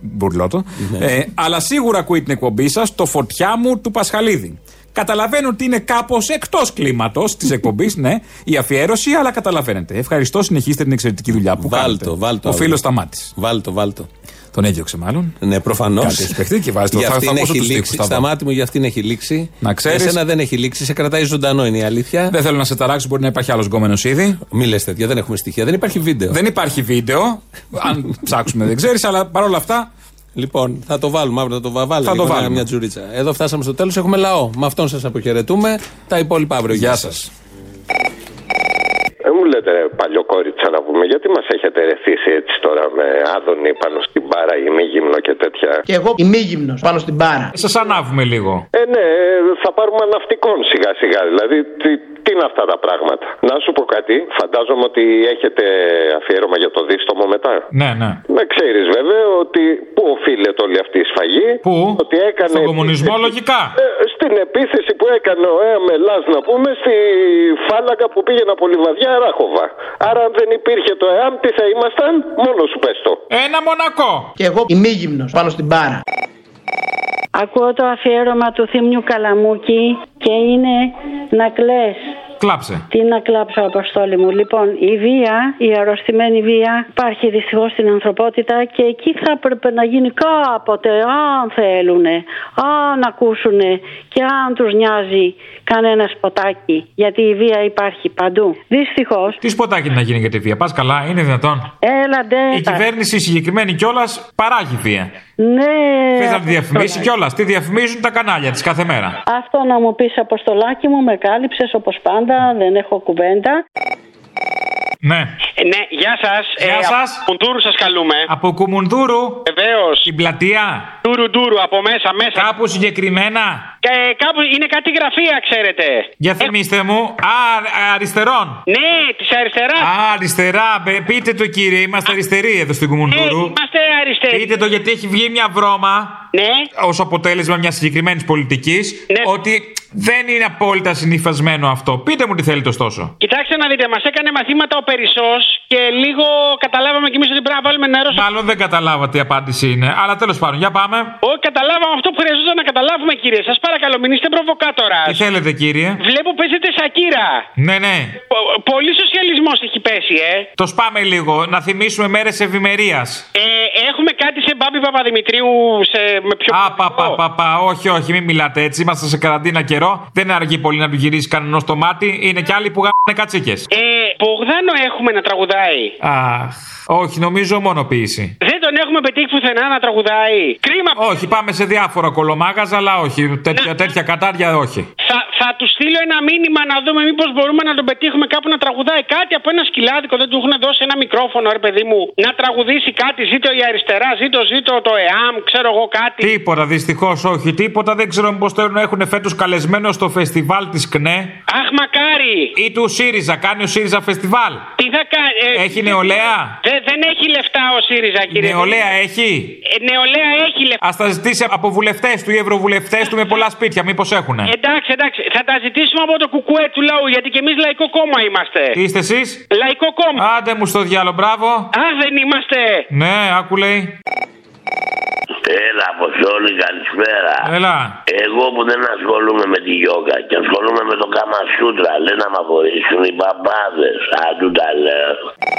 Μπουρλότο.
Ναι.
Ε, αλλά σίγουρα ακούει την εκπομπή σας, το φωτιά μου του Πασχαλίδη. Καταλαβαίνω ότι είναι κάπως εκτός κλίματος της εκπομπής, ναι, η αφιέρωση, αλλά καταλαβαίνετε. Ευχαριστώ, συνεχίστε την εξαιρετική δουλειά που κάνετε.
Βάλτο, βάλτο.
Ο φίλο
αύριο.
Σταμάτη.
Βάλτο, βάλτο.
Τον έδιωξε μάλλον.
Ναι, προφανώς.
Κάτι έχει παιχτεί και βάζει το-
Για
θα- θα
αυτήν
ακούσω
έχει
τους τοίχους,
λήξει.
θα δω.
Στα μάτια μου για αυτήν έχει λήξει.
Να ξέρεις.
Εσένα δεν έχει λήξει. Σε κρατάει ζωντανό είναι η αλήθεια.
Δεν θέλω να σε ταράξω, μπορεί να υπάρχει άλλος γκόμενος ήδη.
Μη λες τέτοια, δεν έχουμε στοιχεία. Δεν υπάρχει βίντεο.
Δεν υπάρχει βίντεο. Αν ψάξουμε, δεν ξέρεις, αλλά παρόλα αυτά.
Λοιπόν, θα το βάλουμε αύριο, θα το βα- βάλουμε.
Θα το
λίγο, ναι,
βάλουμε.
Μια τζουρίτσα. Εδώ φτάσαμε στο τέλος. Έχουμε λαό. Με αυτόν σας αποχαιρετούμε. Τα υπόλοιπα αύριο.
Γεια σα.
Δεν Ε, μου λέτε ρε, παλιό κορίτσα να πούμε, γιατί μας έχετε ρεθίσει έτσι τώρα με άδωνη πάνω στην μπάρα ή μη γύμνο και τέτοια.
Και εγώ ημίγυμνος πάνω στην μπάρα.
Σας ανάβουμε λίγο.
Ε, ναι, ε, θα πάρουμε ναυτικών σιγά σιγά. Δηλαδή, τι, τι είναι αυτά τα πράγματα. Να σου πω κάτι, φαντάζομαι ότι έχετε αφιέρωμα για το δίστομο μετά.
Ναι, ναι.
Να ξέρεις βέβαια ότι πού οφείλεται όλη αυτή η σφαγή. Πού? Ότι έκανε
Στον κομμουνισμό, λογικά.
Ε, στην επίθεση που έκανε ο ΕΑΜΕΛΑΣ να πούμε στη φάλαγγα που πήγε από Λιβαδιά Ράχοβα. Άρα αν δεν υπήρχε το ΕΑΜ τι θα ήμασταν, μόνος σου πες το.
Ένα μονακό.
Και εγώ ημίγυμνος πάνω στην μπάρα.
Ακούω το αφιέρωμα του Θήμιου Καλαμούκη και είναι να κλαις.
Κλάψε.
Τι να κλάψω, Αποστόλη μου. Λοιπόν, η βία, η αρρωστημένη βία, υπάρχει δυστυχώς στην ανθρωπότητα και εκεί θα έπρεπε να γίνει κάποτε, αν θέλουν, αν ακούσουν και αν τους νοιάζει κανένας σποτάκι. Γιατί η βία υπάρχει παντού. Δυστυχώς.
Τι σποτάκι να γίνει για τη βία. Πας καλά, είναι δυνατόν.
Έλα, ντε,
Η
τα-
κυβέρνηση συγκεκριμένη κιόλας παράγει βία.
Ναι.
Θες να τη διαφημίσει κιόλας. Τη διαφημίζουν τα κανάλια της κάθε μέρα.
Αυτό να μου πεις Αποστολάκι μου, με κάλυψες όπως πάντα, δεν έχω κουβέντα.
Ναι.
Ε, ναι, γεια σας.
Γεια σας.
Από Κουντούρου σας καλούμε.
Από Κουμουνδούρου.
Βεβαίω.
Την πλατεία.
Τούρου Ντούρου, από μέσα, μέσα.
Κάπου συγκεκριμένα.
Ε, κάπου είναι κάτι γραφεία, ξέρετε.
Για θυμίστε μου. Α, α, αριστερών.
Ναι, της αριστεράς.
Α, αριστερά. Μπε, Πείτε το κύριε, είμαστε αριστεροί εδώ στην
Ε,
Κουμουνδούρου.
είμαστε αριστεροί.
Πείτε το γιατί έχει βγει μια βρώμα
Ναι.
ως αποτέλεσμα μιας συγκεκριμένης πολιτικής ότι δεν είναι απόλυτα συνηθισμένο αυτό. Πείτε μου τι θέλετε ωστόσο.
Κοιτάξτε να δείτε, μας έκανε μαθήματα ο Περισσός και λίγο καταλάβαμε κι εμείς ότι πρέπει να βάλουμε νερό σε.
Μάλλον δεν καταλάβα τι απάντηση είναι. Αλλά τέλος πάντων, για πάμε.
Όχι, καταλάβαμε αυτό που χρειαζόταν να καταλάβουμε, κύριε. Σας παρακαλώ, μην είστε προβοκάτορας.
Τι θέλετε κύριε.
Βλέπω παίζετε σακύρα.
Ναι, ναι.
Πο- Πολύ σοσιαλισμός έχει πέσει, ε.
Το σπάμε λίγο. Να θυμίσουμε μέρες ευημερίας.
Ε, έχουμε κάτι σε Μπάμπη Παπαδημητρίου σε, με πιο.
Α, πα, πα, πα, πα. Όχι, όχι, μην μιλάτε έτσι. Είμαστε σε καραντίνα καιρό. Δεν αργεί πολύ να του γυρίσει κανένα το μάτι. Είναι κι άλλοι που γάνε κατσίκες.
Ε, Πογδάνο έχουμε να τραγουδάει.
Αχ. Όχι, νομίζω μόνο ποιήση.
Δεν τον έχουμε πετύχει πουθενά να τραγουδάει. Κρίμα.
Όχι, πάμε σε διάφορα κολομάγαζα, αλλά όχι. Τέτοια, τέτοια κατάρια όχι.
Θα, θα του στείλω ένα μήνυμα να δούμε μήπως μπορούμε να τον πετύχουμε κάπου να τραγουδάει κάτι από ένα σκυλάδικο. Δεν του έχουν δώσει ένα μικρόφωνο, ρε παιδί μου, να τραγουδήσει κάτι. Ζήτω η αριστερά, ζήτω, ζήτω το ΕΑΜ, ξέρω εγώ κάτι.
Τίποτα, δυστυχώς όχι. Τίποτα. Δεν ξέρω πώ θέλουν να έχουν φέτος καλεσμένο στο φεστιβάλ της ΚΝΕ
Αχ, μακάρι.
ή του ΣΥΡΙΖΑ. Κάνει ο ΣΥΡΙΖΑ φεστιβάλ.
Τι θα κάνει. ε,
Έχει νεολαία.
Δε- δεν έχει λεφτά ο ΣΥΡΙΖΑ, κύριε.
Νεολαία έχει.
Ε, νεολαία έχει λεφτά.
Ας τα ζητήσει από βουλευτές του ή ευρωβουλευτές του με πολλά σπίτια, μήπως έχουν.
Εντάξει, εντάξει. Θα τα ζητήσουμε από το κουκουέ του λαού, γιατί και εμείς λαϊκό κόμμα είμαστε.
Τι είστε εσείς,
Λαϊκό κόμμα.
Άντε μου στο διάλογο, μπράβο.
Α, δεν είμαστε.
Ναι, άκου λέει.
Έλα, Αποστόλη, καλησπέρα.
Ε, Έλα.
Εγώ που δεν ασχολούμαι με τη γιόγκα και ασχολούμαι με το κάμα σούτρα, λένε να μ' αφορήσουν οι μπαμπάδες. Αντού τα λέω.